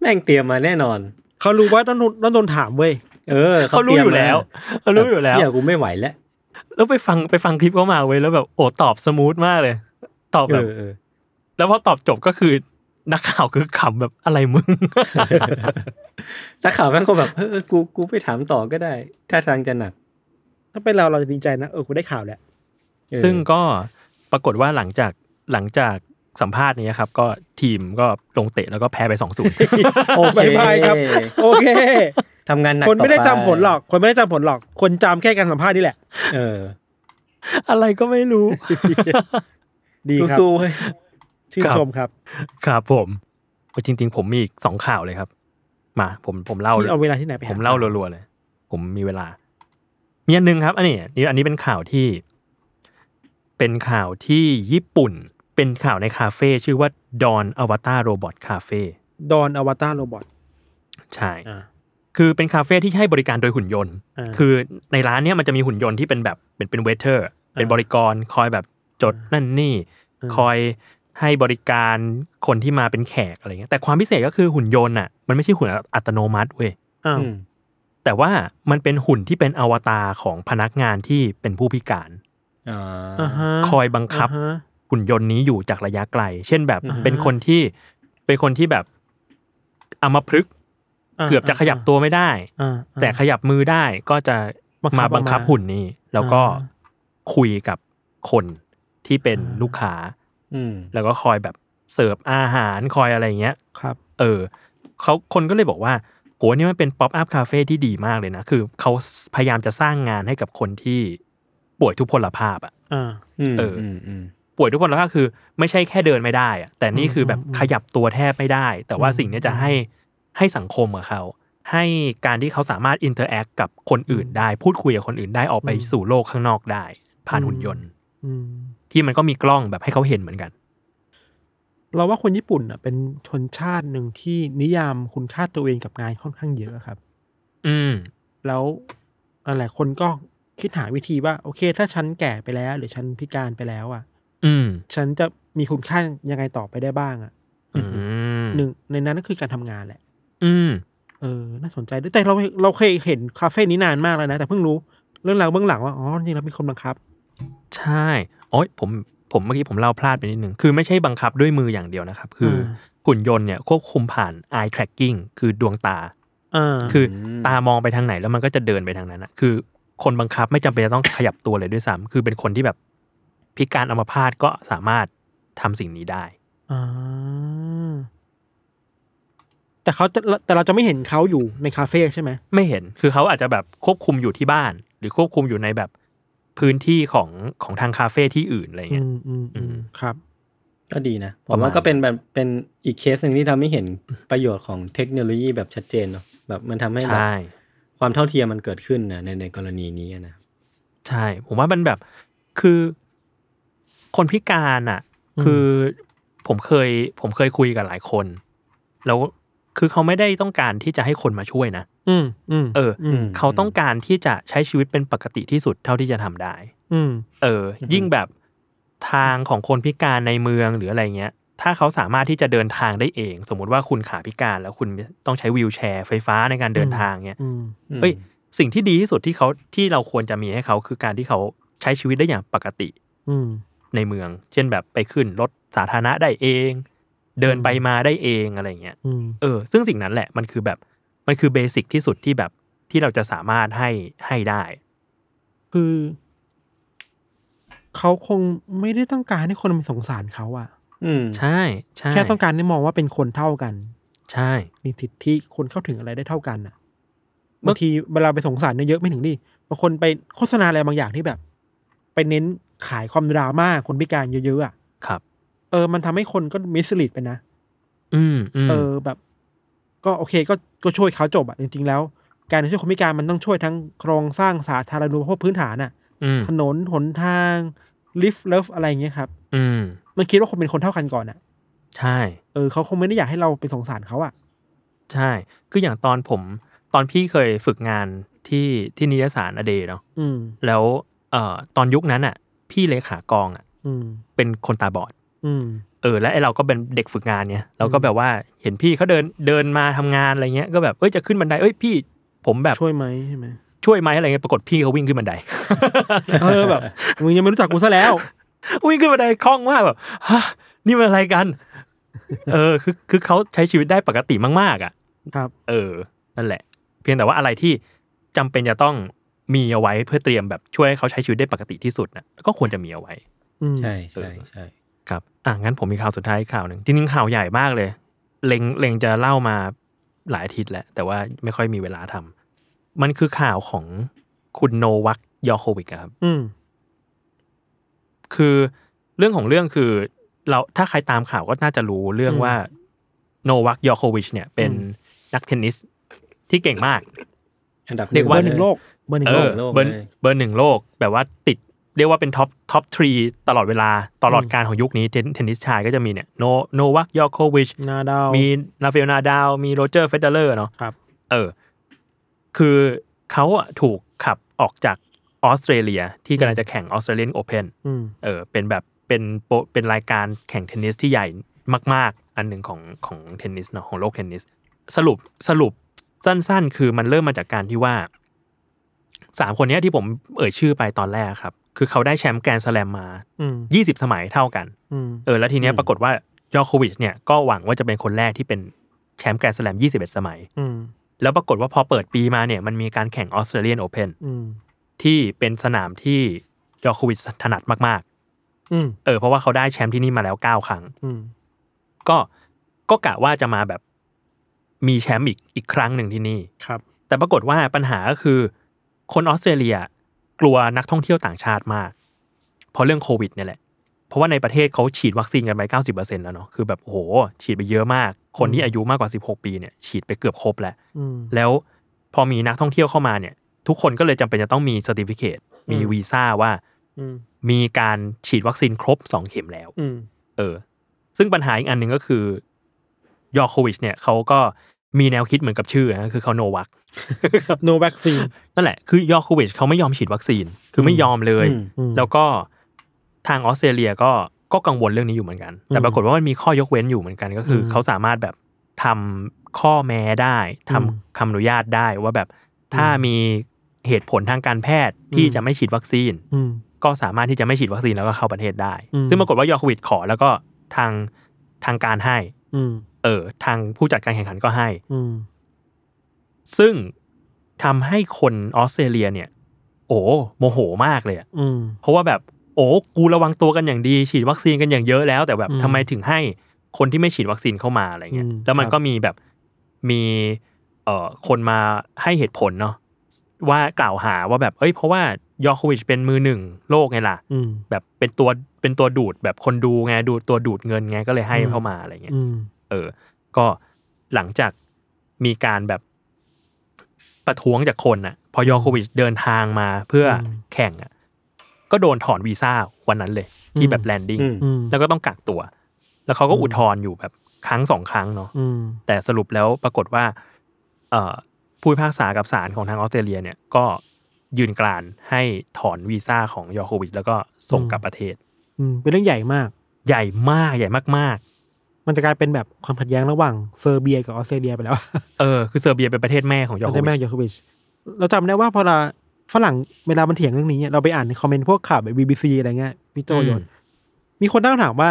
แม่งเตรียมมาแน่นอน เขารู้ว่าต้องโดนต้องโดนถามเว้ย เออ เขารู้อยู่แล้วเขารู้อยู่แล้ว เชื่อกูไม่ไหวแล้ว แล้วไปฟังไปฟังคลิปเขามาเว้ยแล้วแบบโอ้ตอบสมูทมากเลย ตอบ เอ แบบ อเออ แล้วพอตอบจบก็คือนักข่าวคือขำแบบอะไรมึง นักข่าวแม่งก็แบบเออเออกูกูไปถามต่อก็ได้ ถ้าทางจะหนัก ถ้าเป็นเราเราจะดีใจนะ เออกูได้ข่าวแล้ว เออ ซึ่งก็ปรากฏว่าหลังจากหลังจากสัมภาษณ์เนี้ยครับ ก็ทีมก็ลงเตะแล้วก็แพ้ไปสองศูนย์ โอเค บ๊ายบายครับ โอเค ทำงานหนัก คนไม่ได้ ต่อป จำผลหรอก คนไม่ได้จำผลหรอก คนจำแค่การสัมภาษณ์นี่แหละ เออ อะไรก็ไม่รู้ ดีครับ สู้ๆเว้ย ชื่นชมครับ ครับผมจริง ๆ ผมมีอีกสองข่าวเลยครับ มาผมผมเล่า พี่เอาเวลาที่ไหนไปห ผมเล่ารัวๆเลย ผมมีเวลา มีอันหนึงครับ อันนี้นี่อันนี้เป็นข่าวที่ เป็นข่าวที่ญี่ปุ่น เป็นข่าวในคาเฟ่ชื่อว่าดอนอวตารโรบอทคาเฟ่ ดอนอวตารโรบอท ใช่ อ่า คือเป็นคาเฟ่ที่ให้บริการโดยหุ่นยนต์ อ่า คือในร้านเนี้ยมันจะมีหุ่นยนต์ที่เป็นแบบเป็นเป็นเวเทอร์ เป็นบริกรคอยแบบจดนั่นนี่ อืม คอยให้บริการคนที่มาเป็นแขกอะไรเงี้ยแต่ความพิเศษก็คือหุ่นยนต์อ่ะมันไม่ใช่หุ่นอัตโนมัติเว้ย อ้าว อืม แต่ว่ามันเป็นหุ่นที่เป็นอวตารของพนักงานที่เป็นผู้พิการ อ่า อ่าฮะ คอยบังคับ อ่าฮะ หุ่นยนต์นี้อยู่จากระยะไกล เช่นแบบ อ่าฮะ เป็นคนที่เป็นคนที่แบบอัมพฤกษ์เกือบจะขยับตัวไม่ได้ อ่า แต่ขยับมือได้ก็จะ บังคับ มาบังคับ ออกมา หุ่นนี้ แล้วก็ อ่ คุยกับคนที่เป็น อ่า ลูกค้า อืม แล้วก็คอยแบบเสิร์ฟอาหารคอยอะไรอย่างเงี้ย ครับ เออเขาคนก็เลยบอกว่าโหนี่มันเป็นป๊อปอัพคาเฟ่ที่ดีมากเลยนะ คือเขาพยายามจะสร้างงานให้กับคนที่ป่วยทุพพลภาพอะ อ่า อืม เอออื มอืม ป่วยทุพพลภาพคือไม่ใช่แค่เดินไม่ได้อะแต่นี่คือแบบ อืมอืม ขยับตัวแทบไม่ได้ แต่ว่า อืม สิ่งเนี้ยจะให้ให้สังคมกับเขา ให้การที่เขาสามารถอินเตอร์แอคกับคนอื่นได้ พูดคุยกับคนอื่นได้ออกไปสู่โลกข้างนอกได้ ผ่านหุ่นยนต์ อืม ที่มันก็มีกล้องแบบให้เขาเห็นเหมือนกัน เราว่าคนญี่ปุ่นอ่ะเป็นชนชาติหนึ่งที่นิยามคุณค่าตัวเองกับงานค่อนข้างเยอะครับ อืม แล้วหลายๆคนก็คิดหาวิธีว่า โอเค ถ้าฉันแก่ไปแล้ว หรือฉันพิการไปแล้วอ่ะ อืม ฉันจะ มีคุณค่ายังไงต่อไปได้บ้างอะ อืม หนึ่งในนั้นก็คือการทำงานแหละ อืม เออ น่าสนใจด้วยแต่เราเราเคยเห็นคาเฟ่นี้นานมากแล้วนะ แต่เพิ่งรู้เรื่องราวเบื้องหลังว่า อ๋อ จริงๆแล้วมีคนบังคับ ใช่โอ้ยผม ผมเมื่อกี้ผมเล่าพลาดไปนิดนึง คือไม่ใช่บังคับด้วยมืออย่างเดียวนะครับ คืออ ม หุ่นยนต์เนี่ยควบคุมผ่าน eye tracking คือดวงตา อ่า คืออ ม ตามองไปทางไหนแล้วมันก็จะเดินไปทางนั้นนะคือ คนบังคับไม่จำเป็นจะต้อง ขยับตัวเลยด้วยซ้ำคือเป็นคนที่แบบพิการอัมพาตก็สามารถทำสิ่งนี้ได้ อ่าแต่เขาจะแต่เราจะไม่เห็นเขาอยู่ในคาเฟ่ใช่ไหม ไม่เห็น คือเขาอาจจะแบบควบคุมอยู่ที่บ้าน หรือควบคุมอยู่ในแบบพื้นที่ของของทางคาเฟ่ที่อื่นอะไร อื เงี้ย มอืมอืมครับ ก็ดีนะ ผ ประ ม มาณ ว่าก็เป็นแบบเป็นอีกเคสหนึ่งที่ทำให้เห็นประโยชน์ของเทคโนโลยีแบบชัดเจนเนาะแบบมันทำให้แบบ ใช่ ความเท่าเทียมมันเกิดขึ้นนะในในกรณีนี้อะนะ ใช่ ผมว่ามันแบบคือ คนพิการอ่ะ อืม คือผมเคย ผมเคยคุยกับหลายคน แล้วคือเขาไม่ได้ต้องการที่จะให้คนมาช่วยนะ อืมอืม เอออื ม ม เขาต้องการที่จะใช้ชีวิตเป็นปกติที่สุดเท่าที่จะทำได้ อืม เออ ยิ่งแบบทางของคนพิการในเมืองหรืออะไรเงี้ย ถ้าเขาสามารถที่จะเดินทางได้เอง สมมุติว่าคุณขาพิการแล้วคุณต้องใช้วีลแชร์ไฟฟ้าในการเดินทางเงี้ย อืม อืม เอ้ย สิ่งที่ดีที่สุดที่เขาที่เราควรจะมีให้เขาคือการที่เขาใช้ชีวิตได้อย่างปกติ อืม ในเมือง เช่นแบบไปขึ้นรถสาธารณะได้เอง เดิน อืม ไปมาได้เองอะไรเงี้ย อืม เออ ซึ่งสิ่งนั้นแหละมันคือแบบ มันคือเบสิกที่สุดที่แบบที่เราจะสามารถให้ให้ได้ คือเขาคงไม่ได้ต้องการให้คนมันสงสารเขาอะ อืม ใช่ใช่ แค่ต้องการให้มองว่าเป็นคนเท่ากัน ใช่ มีสิทธิคนเข้าถึงอะไรได้เท่ากันอะ เมื่ บา อ งทีเวลาไปสงสารเนี่ยเยอะไม่ถึงดิบางคนไปโฆษณาอะไรบางอย่างที่แบบ ไปเน้นขายความดราม่าคนพิการเยอะๆอะ ครับ เออ มันทำให้คนก็มิสลิดไปนะ อืมอืม เออ แบบ ก็โอเค ก็ ก็ช่วยเขาจบอะจริง ๆ แล้ว การช่วยคนพิการมันต้องช่วยทั้งโครงสร้างสาธารณูปโภคพื้นฐานอะ อืม ถนน หนทาง ลิฟต์เลิฟอะไรอย่างเงี้ยครับ อืม มันคิดว่าคนเป็นคนเท่ากันก่อนอะ ใช่ เออ เขาคงไม่ได้อยากให้เราไปสงสารเขาอะ ใช่ คืออย่างตอนผม ตอนพี่เคยฝึกงานที่ที่นิยสารอเดย์เนาะ อืม แล้วเอ่อตอนยุคนั้นอ่ะ พี่เลขากองอ่ะ อืม เป็นคนตาบอด อืม เออและไอเราก็เป็นเด็กฝึกงานเนี่ยเราก็แบบว่าเห็นพี่เขาเดินเดินมาทำงานอะไรเงี้ยก็แบบเอ้ยจะขึ้นบันไดเอ้ยพี่ผมแบบ ช่วยไหมใช่ไหม ช่วยไหมอะไรเงี้ยปรากฏพี่เขาวิ่งขึ้นบันได เออ แบบ มึงยังไม่รู้จักกูซะแล้ว วิ่งขึ้นบันไดคล่องมากแบบฮะนี่มันอะไรกัน เออคือคือเขาใช้ชีวิตได้ปกติมากๆอ่ะ ครับ เออ นั่นแหละ เพียงแต่ว่าอะไรที่จำเป็นจะต้องมีเอาไว้เพื่อเตรียมแบบช่วยให้เขาใช้ชีวิตได้ปกติที่สุดนะก็ควรจะมีเอาไว้ อืม ใช่ใช่ใช่ ครับ อ่ะ งั้นผมมีข่าวสุดท้ายอีกข่าวหนึ่งจริงๆข่าวใหญ่มากเลย เลงเลงจะเล่ามาหลายอาทิตย์แล้ว แต่ว่าไม่ค่อยมีเวลาทำ มันคือข่าวของคุณโนวักยอโควิกอะครับ อืม คือเรื่องของเรื่องคือเราถ้าใครตามข่าวก็น่าจะรู้เรื่อง อืม ว่าโนวักยอโควิชเนี่ยเป็น อืม นักเทนนิสที่เก่งมาก อันดับ เรียก เบ ว่า อร์หนึ่งโลก เบอร์หนึ่ง เอ โล อก โลก เบอร์ เลย เบอร์หนึ่งโลกแบบว่าติดเรียกว่าเป็นท็อปท็อปทรีตลอดเวลาตลอดการของยุคนี้เทนเทนนิสชายก็จะมีเนี่ยโนโนวักยอโควิช นาดาว มีราฟาเอลนาดาว มีโรเจอร์เฟเดเลอร์เนาะ ครับ เออ คือเขาอะถูกขับออกจากออสเตรเลีย ที่กำลังจะแข่งออสเตรเลียนโอเพน อืม เออ เป็นแบบเป็นโปเป็นรายการแข่งเทนนิสที่ใหญ่มาก ๆ อันหนึ่งของของเทนนิสเนาะของโลกเทนนิส สรุปสรุปสั้น ๆ คือมันเริ่มมาจากการที่ว่าสามคนเนี้ยที่ผมเอ่ยชื่อไปตอนแรกครับ คือเขาได้แชมป์แกรนด์สแลมมา อืม 20 สมัยเท่ากัน อืม เออแล้วทีเนี้ย อืม ปรากฏว่ายอโควิชเนี่ยก็หวังว่าจะเป็นคนแรกที่เป็นแชมป์แกรนด์สแลม 21 สมัย อืม แล้วปรากฏว่าพอเปิดปีมาเนี่ยมันมีการแข่งออสเตรเลียนโอเพน อืม ที่เป็นสนามที่ยอโควิชถนัดมาก อืม ๆ เออเพราะว่าเขาได้แชมป์ที่นี่มาแล้ว 9 ครั้ง อืม ก็ก็กะว่าจะมาแบบมีแชมป์อีกอีกครั้งหนึ่งที่นี่ ครับ แต่ปรากฏว่าปัญหาก็คือคนออสเตรเลียกลัวนักท่องเที่ยวต่างชาติมาก เพราะเรื่องโควิดเนี่ยแหละ เพราะว่าในประเทศเขาฉีดวัคซีนกันไป 90%แล้วเนาะคือแบบโอ้โห ฉีดไปเยอะมาก คนที่อายุมากกว่า 16 ปีเนี่ยฉีดไปเกือบครบแล้ว อืม แล้วพอมีนักท่องเที่ยวเข้ามาเนี่ย ทุกคนก็เลยจำเป็นจะต้องมีสติฟิเคตมี อืม วีซ่าว่า อืม มีการฉีดวัคซีนครบ 2 เข็มแล้ว อืม เออ ซึ่งปัญหาอีกอันหนึ่งก็คือยอร์โควิชเนี่ยเขาก็มีแนวคิดเหมือนกับชื่อนะคือเขาโนวัค no vaccine นั่นแหละ คือยอร์โควิชเขาไม่ยอมฉีดวัคซีน คือไม่ยอมเลย อืม อืม แล้วก็ทางออสเตรเลียก็ ก็กังวลเรื่องนี้อยู่เหมือนกัน แต่ อืม ปรากฏว่ามันมีข้อยกเว้นอยู่เหมือนกัน ก็คืออ ม เขาสามารถแบบทำข้อแม้ได้อืทำม คำอนุญาตได้ว่าแบบถ้ามีเหตุผลทางการแพทย์ที่ อืม จะไม่ฉีดวัคซีน อืม ก็สามารถที่จะไม่ฉีดวัคซีนแล้วก็เข้าประเทศได้ อืม ซึ่งปรากฏว่ายอร์ควิดขอแล้วก็ทางทางการให้ อืม เออทางผู้จัดการแข่งขันก็ให้ อืม ซึ่งทำให้คนออสเตรเลียเนี่ย โอ้โมโหมากเลยอะ อืม เพราะว่าแบบโอ้กูระวังตัวกันอย่างดี ฉีดวัคซีนกันอย่างเยอะแล้ว แต่แบบ อืม ทำไมถึงให้คนที่ไม่ฉีดวัคซีนเข้ามาอะไรเงี้ย อืม แล้วมันก็มีแบบมีเอ่อคนมาให้เหตุผลเนาะว่ากล่าวหาว่าแบบเอ้ยเพราะว่ายอร์โควิชเป็นมือหนึ่งโลกไงล่ะ ืม แบบเป็นตัวเป็นตัวดูดแบบคนดูไงดูตัวดูดเงินไงก็เลยให้ อืม เข้ามาอะไรเงี้ย อืม เออ ก็หลังจากมีการแบบประท้วงจากคนน่ะ พอยอโควิชเดินทางมาเพื่ออ ม แข่งอ่ะก็โดนถอนวีซ่าวันนั้นเลย ที่ อืม แบบแลนดิ้ง อืม อืม แล้วก็ต้องกักตัว แล้วเขาก็ อืม อุทธรณ์อยู่แบบครั้งสองครั้งเนาะ อืม แต่สรุปแล้วปรากฏว่า เอ่อผู้พิพากษากับศาลของทางออสเตรเลียเนี่ยก็ยืนกรานให้ถอนวีซ่าของยอโควิชแล้วก็ส่งกลับประเทศ อืม เป็นเรื่องใหญ่มาก ใหญ่มากใหญ่มาก มันจะกลายเป็นแบบความขัดแย้งระหว่างเซอร์เบียกับออสเตรเลียไปแล้ว ๆ เออ คือเซอร์เบียเป็นประเทศแม่ของยอร์ เรา โค ได้ วิ แม่ ช ยอร์โควิช เราจำได้ว่าพอเราฝรั่งเวลามันเถียงเรื่องนี้เนี่ยเราไปอ่านในคอมเมนต์พวกข่าวแบบบีบีซีอะไรเงี้ยพี่โจ อืม โยนมีคนตั้งคำถามว่า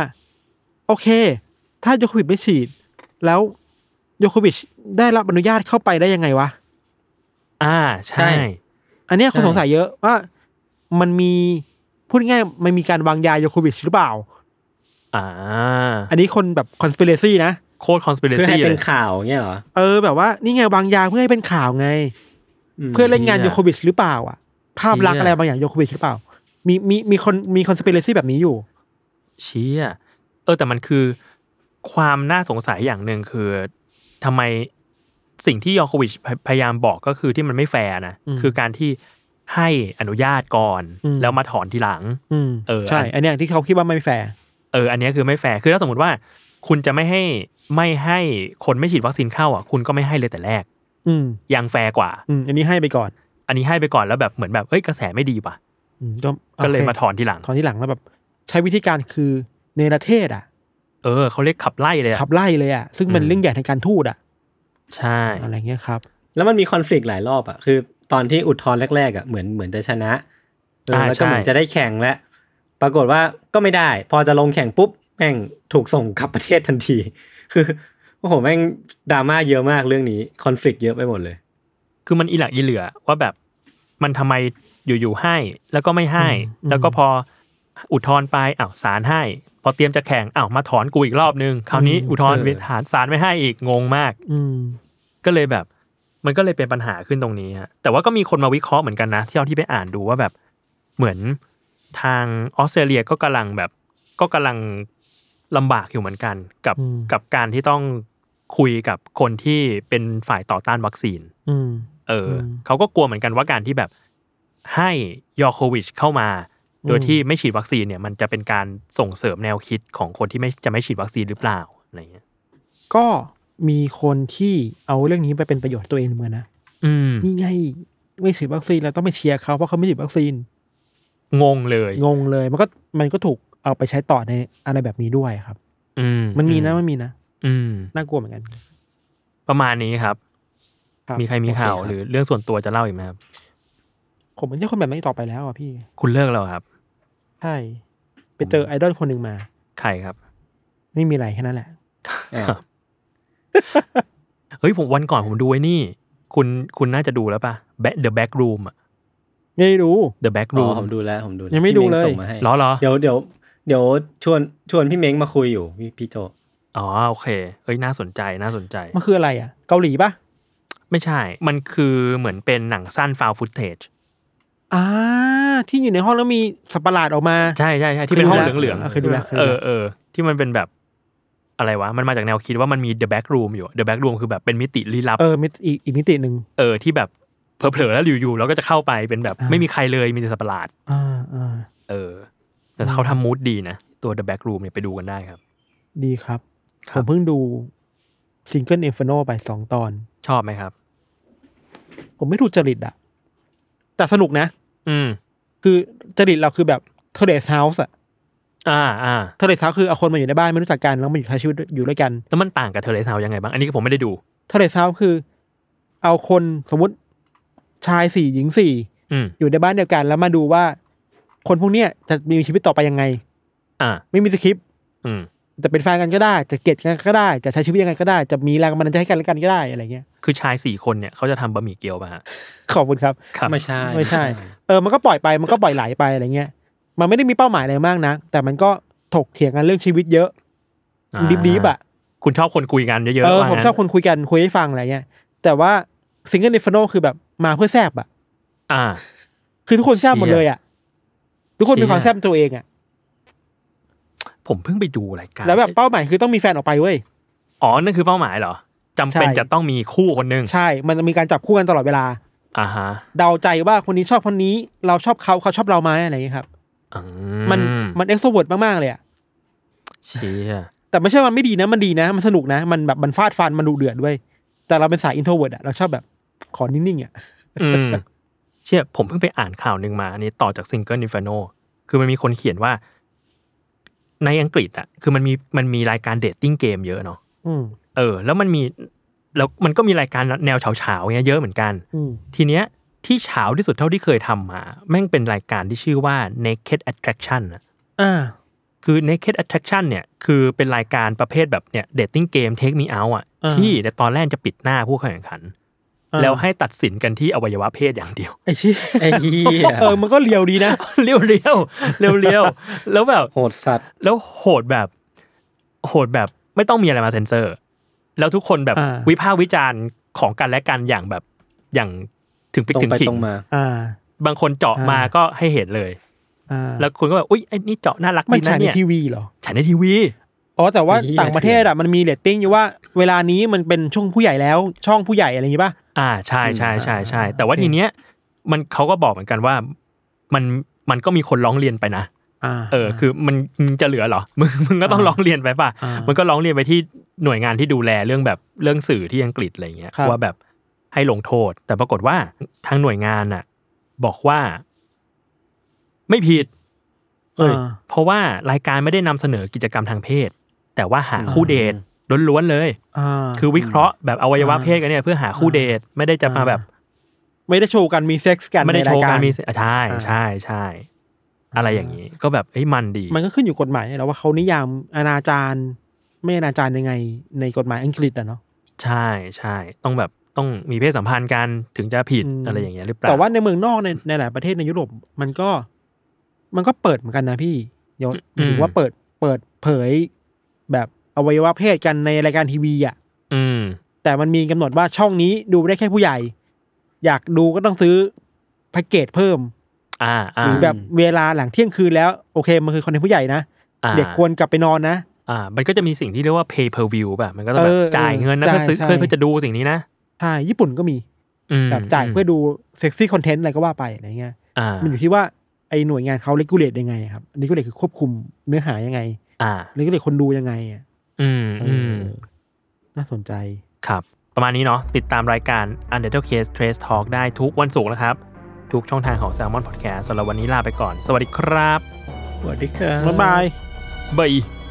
โอเค ถ้ายอร์โควิชไม่ฉีด แล้วยอร์โควิชได้รับอนุญาตเข้าไปได้ยังไงวะ อ่า ใช่ ใช่ อันเนี้ยคน ใช่ สงสัยเยอะว่ามันมีพูดง่ายๆมันมีการวางยายอร์โควิชหรือเปล่า อ่า อันนี้คนแบบคอน spiracy นะ โคตรคอน เพื่อ spiracy ให้ เล เป็น ย ข่าวเงี้ยเหรอ เออแบบว่านี่ไงวางยาเพื่อให้เป็นข่าวไง ม เพื่อเล่นงาน เชี่ โย ย โควิชหรือเปล่าอ่ะ ภาพลักษณ์ เชี่ย อะไรบางอย่างโยโควิชหรือเปล่า มีมีมีคนมีคอน spiracy แบบนี้อยู่ เชี่ยเออ แต่มันคือความน่าสงสัยอย่างหนึ่งคือทำไมสิ่งที่ยอร์โควิชพยพยายามบอกก็คือที่มันไม่แฟร์นะ อืม คือการที่ให้อนุญาตก่อน อืม แล้วมาถอนทีหลัง อืม เออ ใช่ อัน อันเนี้ยที่เขาคิดว่าไม่แฟร์ เออ อันเนี้ยคือไม่แฟร์ คือถ้าสมมติว่า คุณจะไม่ให้ไม่ให้คนไม่ฉีดวัคซีนเข้าอ่ะ คุณก็ไม่ให้เลยแต่แรก อืม ยังแฟร์กว่า อืมอันนี้ให้ไปก่อน อันนี้ให้ไปก่อนแล้วแบบเหมือนแบบเอ้ยกระแสไม่ดีป่ะ อืมก็โอค ก็เลยมาถอนทีหลัง ถอนที่หลังแล้วแบบ ใช้วิธีการคือเนรเทศอ่ะ เออเขาเรียกขับไล่เลยอะ ขับไล่เลยอ่ะ ซึ่งมัน อืม เรื่องใหญ่ทางการทูตอ่ะ ใช่ อะไรเงี้ยครับ แล้วมันมีคอน FLICT หลายรอบอ่ะคือ ตอนที่อุทธรณ์แรกๆอ่ะเหมือนเหมือนจะชนะเอออา แล้วก็ ใช่ เหมือนจะได้แข่งแล้วปรากฏว่าก็ไม่ได้ พอจะลงแข่งปุ๊บแม่งถูกส่งกลับประเทศทันที คือโอ้โหแม่งดราม่าเยอะมากเรื่องนี้คอน FLICT เยอะไปหมดเลย คือมันอีหลักอีเหลือว่าแบบมันทำไมอยู่ๆให้แล้วก็ไม่ให้ อืม แล้วก็พออุทธรณ์ไปอ้าวศาลให้ พอเตรียมจะแข่งอ้าวมาถอนกูอีกรอบนึง คราวนี้อุทธรณ์ เออ ศาลศาลไม่ให้อีกงงมาก อืม ก็เลยแบบ มันก็เลยเป็นปัญหาขึ้นตรงนี้ฮะแต่ว่าก็มีคนมาวิเคราะห์เหมือนกันนะที่เราที่ไปอ่านดูว่าแบบเหมือนทางออสเตรเลียก็กำลังแบบก็กำลังลำบากอยู่เหมือนกัน กับ อืม กับการที่ต้องคุยกับคนที่เป็นฝ่ายต่อต้านวัคซีน อืม เอออ ม เขาก็กลัวเหมือนกันว่าการที่แบบให้ยอร์โควิชเข้ามา โดย อืม ที่ไม่ฉีดวัคซีนเนี่ย มันจะเป็นการส่งเสริมแนวคิดของคนที่ไม่จะไม่ฉีดวัคซีนหรือเปล่าอะไรเงี้ย ก็มีคนที่เอาเรื่องนี้ไปเป็นประโยชน์ตัวเองเหมือนนะ อืม นี่ไงไม่ฉีดวัคซีนเราต้องไปเชียร์เขาเพราะเขาไม่ฉีดวัคซีน งงเลย งงเลยมันก็มันก็ถูกเอาไปใช้ต่อในอะไรแบบนี้ด้วยครับ อื มันมีนะมันมีนะ อืม น่ากลัวเหมือนกัน ประมาณนี้ครับ ครับ มีใครมีข่าว โอเคครับ หรือเรื่องส่วนตัวจะเล่าอีกไหมครับ ผมไม่ใช่คนแบบนี้ต่อไปแล้วอ่ะพี่ คุณเลิกแล้วครับ ใช่ไปเจอไอดอลคนหนึ่งมา ใครครับ ไม่มีอะไรแค่นั้นแหละ อ่า ครับ เฮ้ยผมวันก่อนผมดูไอ้นี่ คุณคุณน่าจะดูแล้วป่ะ Back- The Back Room อะ ไม่รู้ The Back อ๋อ Room ผมดูแล้วผมดูแว ยังไม่ดู พี่ เลย ส่งมาให้ ล้อเหรอ เดี๋ยวเดี๋ยวเดี๋ยวชวนชวนพี่เม้งมาคุยอยู่พี่พี่โจ อ๋อโอเคเฮ้ยน่าสนใจน่าสนใจ มันคืออะไรอ่ะ เกาหลีปะ ไม่ใช่ มันคือเหมือนเป็นหนังสั้นฟาวฟุตเทจ อ่าที่อยู่ในห้องแล้วมีสัตว์ประหลาดออกมา ใช่ใช่ใช่ที่เป็น เค ห้ ย อ ดู ง แล้ว เหลือง เคยดูแล้วเคยดู เอ แล้ว อเออที่มันเป็นแบบอะไรวะ มันมาจากแนวคิดว่ามันมี The Back Room อยู่ The Back Room คือแบบเป็นมิติลี้ลับ เออมิติอีกอีกมิติหนึ่ง เออที่แบบเผลอๆแล้วอยู่ๆแล้วก็จะเข้าไปเป็นแบบ อ่า ไม่มีใครเลยมีแต่สัตว์ประหลาด อ่าอ่า เออแต่เขาทำมูดดีนะ ตัว The Back Room เนี่ยไปดูกันได้ครับ ดีครับ ค ผ รับ มเพิ่งดูซิงเกิลเอ f ฟโนไปสองตอน ชอบไหมครับ ผมไม่ถูกจริตอ่ะ แต่สนุกนะ อืม คือจริตเราคือแบบเทเลสเฮาส์อ่ะ อ่าอ่า เทเลซาวคือเอาคนมาอยู่ในบ้านไม่รู้จักกันแล้วมาอยู่ใช้ชีวิตอยู่ด้วยกัน แล้วมันต่างกับเทเลซาวยังไงบ้าง อันนี้คือผมไม่ได้ดู เทเลซาวคือ เอาคนสมมติชายสี่หญิงสี่ อืม อยู่ในบ้านเดียวกัน แล้วมาดูว่า คนพวกเนี้ยจะมีชีวิตต่อไปยังไง อ่า ไม่มีสคริปต์ อืม จะเป็นแฟนกันก็ได้ จะเกลียดกันก็ได้ จะใช้ชีวิตยังไงก็ได้ จะมีแรงบันดาลใจให้กันและกันก็ได้อะไรเงี้ย คือชายสี่คนเนี่ยเขาจะทำบะหมี่เกี๊ยวป่ะฮะ ขอบคุณครับ ครับ ไม่ใช่ ไม่ใช่ เออ มันก็ปล่อยไป มันก็ปล่อยไหลไปอะไรเงี้ย มันไม่ได้มีเป้าหมายอะไรมากนะ แต่มันก็ถกเถียงกันเรื่องชีวิตเยอะ อ่า ดิบๆอ่ะ คุณชอบคนคุยกันเยอะ เอ ๆ อ ว่า ผม งั้น ชอบคนคุยกัน คุยให้ฟังอะไรเงี้ย แต่ว่าซิงเกิลเดฟโนคือแบบมาเพื่อแซบอ่ะ อ่า คือทุกคนแซบหมดเลยอ่ะ ทุกคนมีความแซบตัวเองอ่ะ ผมเพิ่งไปดูรายการ แล้วแบบเป้าหมายคือต้องมีแฟนออกไปเว้ย อ๋อ นั่นคือเป้าหมายเหรอจำเป็น ใช่ จะต้องมีคู่คนหนึ่ง ใช่ มันมีการจับคู่กันตลอดเวลา อ่าฮะ เดาใจว่าคนนี้ชอบคนนี้ เราชอบเขาเขาชอบเราไหมอะไรเงี้ยครับ อื มัน มันเอ็กโซเวิร์ดมากๆเลยอ่ะ เชีย แต่ไม่ใช่ว่ามันไม่ดีนะ มันดีนะ มันสนุกนะ มันแบบมันฟาดฟัน มันดุเดือดด้วย แต่เราเป็นสายอินโทรเวิร์ดอะเราชอบแบบขอนิ่งๆอะ อืมเชี่ยผมเพิ่งไปอ่านข่าวหนึ่งมา อันนี้ต่อจากซิงเกิลนิฟโนคือมันมีคนเขียนว่า ในอังกฤษอะคือมันมีมันมีรายการเดทติ้งเกมเยอะเนาะ อืม เออ แล้วมันมีแล้วมันก็มีรายการแนวเฉาๆเงี้ยเยอะเหมือนกัน อืม ทีเนี้ยที่เฉาที่สุดเท่าที่เคยทำมา แม่งเป็นรายการที่ชื่อว่า Naked Attraction อะ อ่า คือ Naked Attraction เนี่ยคือเป็นรายการประเภทแบบเนี่ยเดทติ้งเกม Take Me Out อ่ะ อ่า ที่ในตอนแรกจะปิดหน้าผู้เข้าแข่งขัน อ่า แล้วให้ตัดสินกันที่อวัยวะเพศอย่างเดียว ไอ้ชี้ ไอ้เหี้ย เออมันก็เลียวดีนะ เรียวเรียวเรียวเรียวๆแล้วแบบ โหดสัตว์ แล้วโหดแบบโหดแบบไม่ต้องมีอะไรมาเซ็นเซอร์ แล้วทุกคนแบบ อ่า วิพากษ์วิจารณ์ของกันและกันอย่างแบบอย่างถึงพริก ตร ถึ ง ง ไป ขิ ตรง งมา อ่า บางคนเจาะมา อ่า ก็ให้เห็นเลย อ่า แล้วคุณก็แบบอุ้ยไอ้นี่เจาะน่ารัก มั ดี นฉายในนะเนี่ย ทีวีเหรอ ฉันในทีวี อ๋อแต่ว่า ไอ้เหี้ย ต่างประเทศอะมันมีเรตติ้งอยู่ว่าเวลานี้มันเป็นช่วงผู้ใหญ่แล้วช่องผู้ใหญ่อะไรอย่างงี้ป่ะ อ่าใช่ใช่ใช่ใช่แต่ว่า โอเค ทีเนี้ยมันเขาก็บอกเหมือนกันว่ามันมันก็มีคนร้องเรียนไปนะ อ่า เออ คือมันมึงจะเหลือเหรอมึงมึงก็ต้อง อ่า ร้องเรียนไปป่ะ อ่ามั มันก็ร้องเรียนไปที่หน่วยงานที่ดูแลเรื่องแบบเรื่องสื่อที่อังกฤษอะไรเงี้ย ครับ ว่าแบบให้ลงโทษ แต่ปรากฏว่าทางหน่วยงานน่ะ บอกว่า ไม่ผิด เอ้ย เพราะว่ารายการไม่ได้นำเสนอกิจกรรมทางเพศ แต่ว่าหาคู่เดทล้วนๆเลย อ่า คือวิเคราะห์แบบอวัยวะ อ่า เพศกันเนี่ยเพื่อหาคู่ อ่า เดทไม่ได้จะมาแบบ ไม่ได้โชว์กันมีเซ็กซ์กัน ไม่ได้ ใน โช ราย ว์ กา การ รมีเสียงอ่ะใช่ อ่า ใช่ใช่อะไรอย่างนี้ ก็แบบเอ้ยมันดี มันก็ขึ้นอยู่กฎหมายแล้วว่าเขานิยามอนาจารไม่อนาจารยังไงในกฎหมายอังกฤษอะเนาะ ใช่ใช่ต้องแบบต้องมีเพศสัมพันธ์กันถึงจะผิด อืม อะไรอย่างเงี้ยหรือเปล่า แต่ว่าในเมืองนอกในในหลายประเทศในยุโรปมันก็ มันก็เปิดเหมือนกันนะพี่ยศหรือว่าเปิดเปิดเผย แบบอวัยวะเพศกันในรายการทีวีอ่ะ อืม แต่มันมีกำหนดว่าช่องนี้ดูได้แค่ผู้ใหญ่ อยากดูก็ต้องซื้อแพ็กเกจเพิ่ม อ่า ห อ่า รือแบบเวลาหลังเที่ยงคืนแล้ว โอเคมันคือคอนเทนต์ผู้ใหญ่นะ อ่า เด็กควรกลับไปนอนนะ อ่า มันก็จะมีสิ่งที่เรียกว่า pay per view แบบมันก็ต้องแบ เอบอ จ่ายเงินนะ ใช่ เพื่อซื้อ ใช่ เพื่อเพื่อจะดูสิ่งนี้นะ ใช่ญี่ปุ่นก็มี อืม แบบจ่ายเพื่อดูเซ็กซี่คอนเทนต์อะไรก็ว่าไปอะไรเงี้ย อ่า มันอยู่ที่ว่าไอ้หน่วยงานเขาเลกูเลตยังไงครับเลกูเลตคือควบคุมเนื้อหายังไง อ่า เลกูเลตคนดูยังไงอ่ะ อืมอืม เออน่าสนใจ ครับ ประมาณนี้เนาะติดตามรายการ u n d e r t a l e Case Trace Talk ได้ทุกวันศุกร์นะครับ ทุกช่องทางของ Salmon Podcast สำหรับวันนี้ลาไปก่อน สวัสดีครับ สวัสดีครับ บ๊ายบาย บาย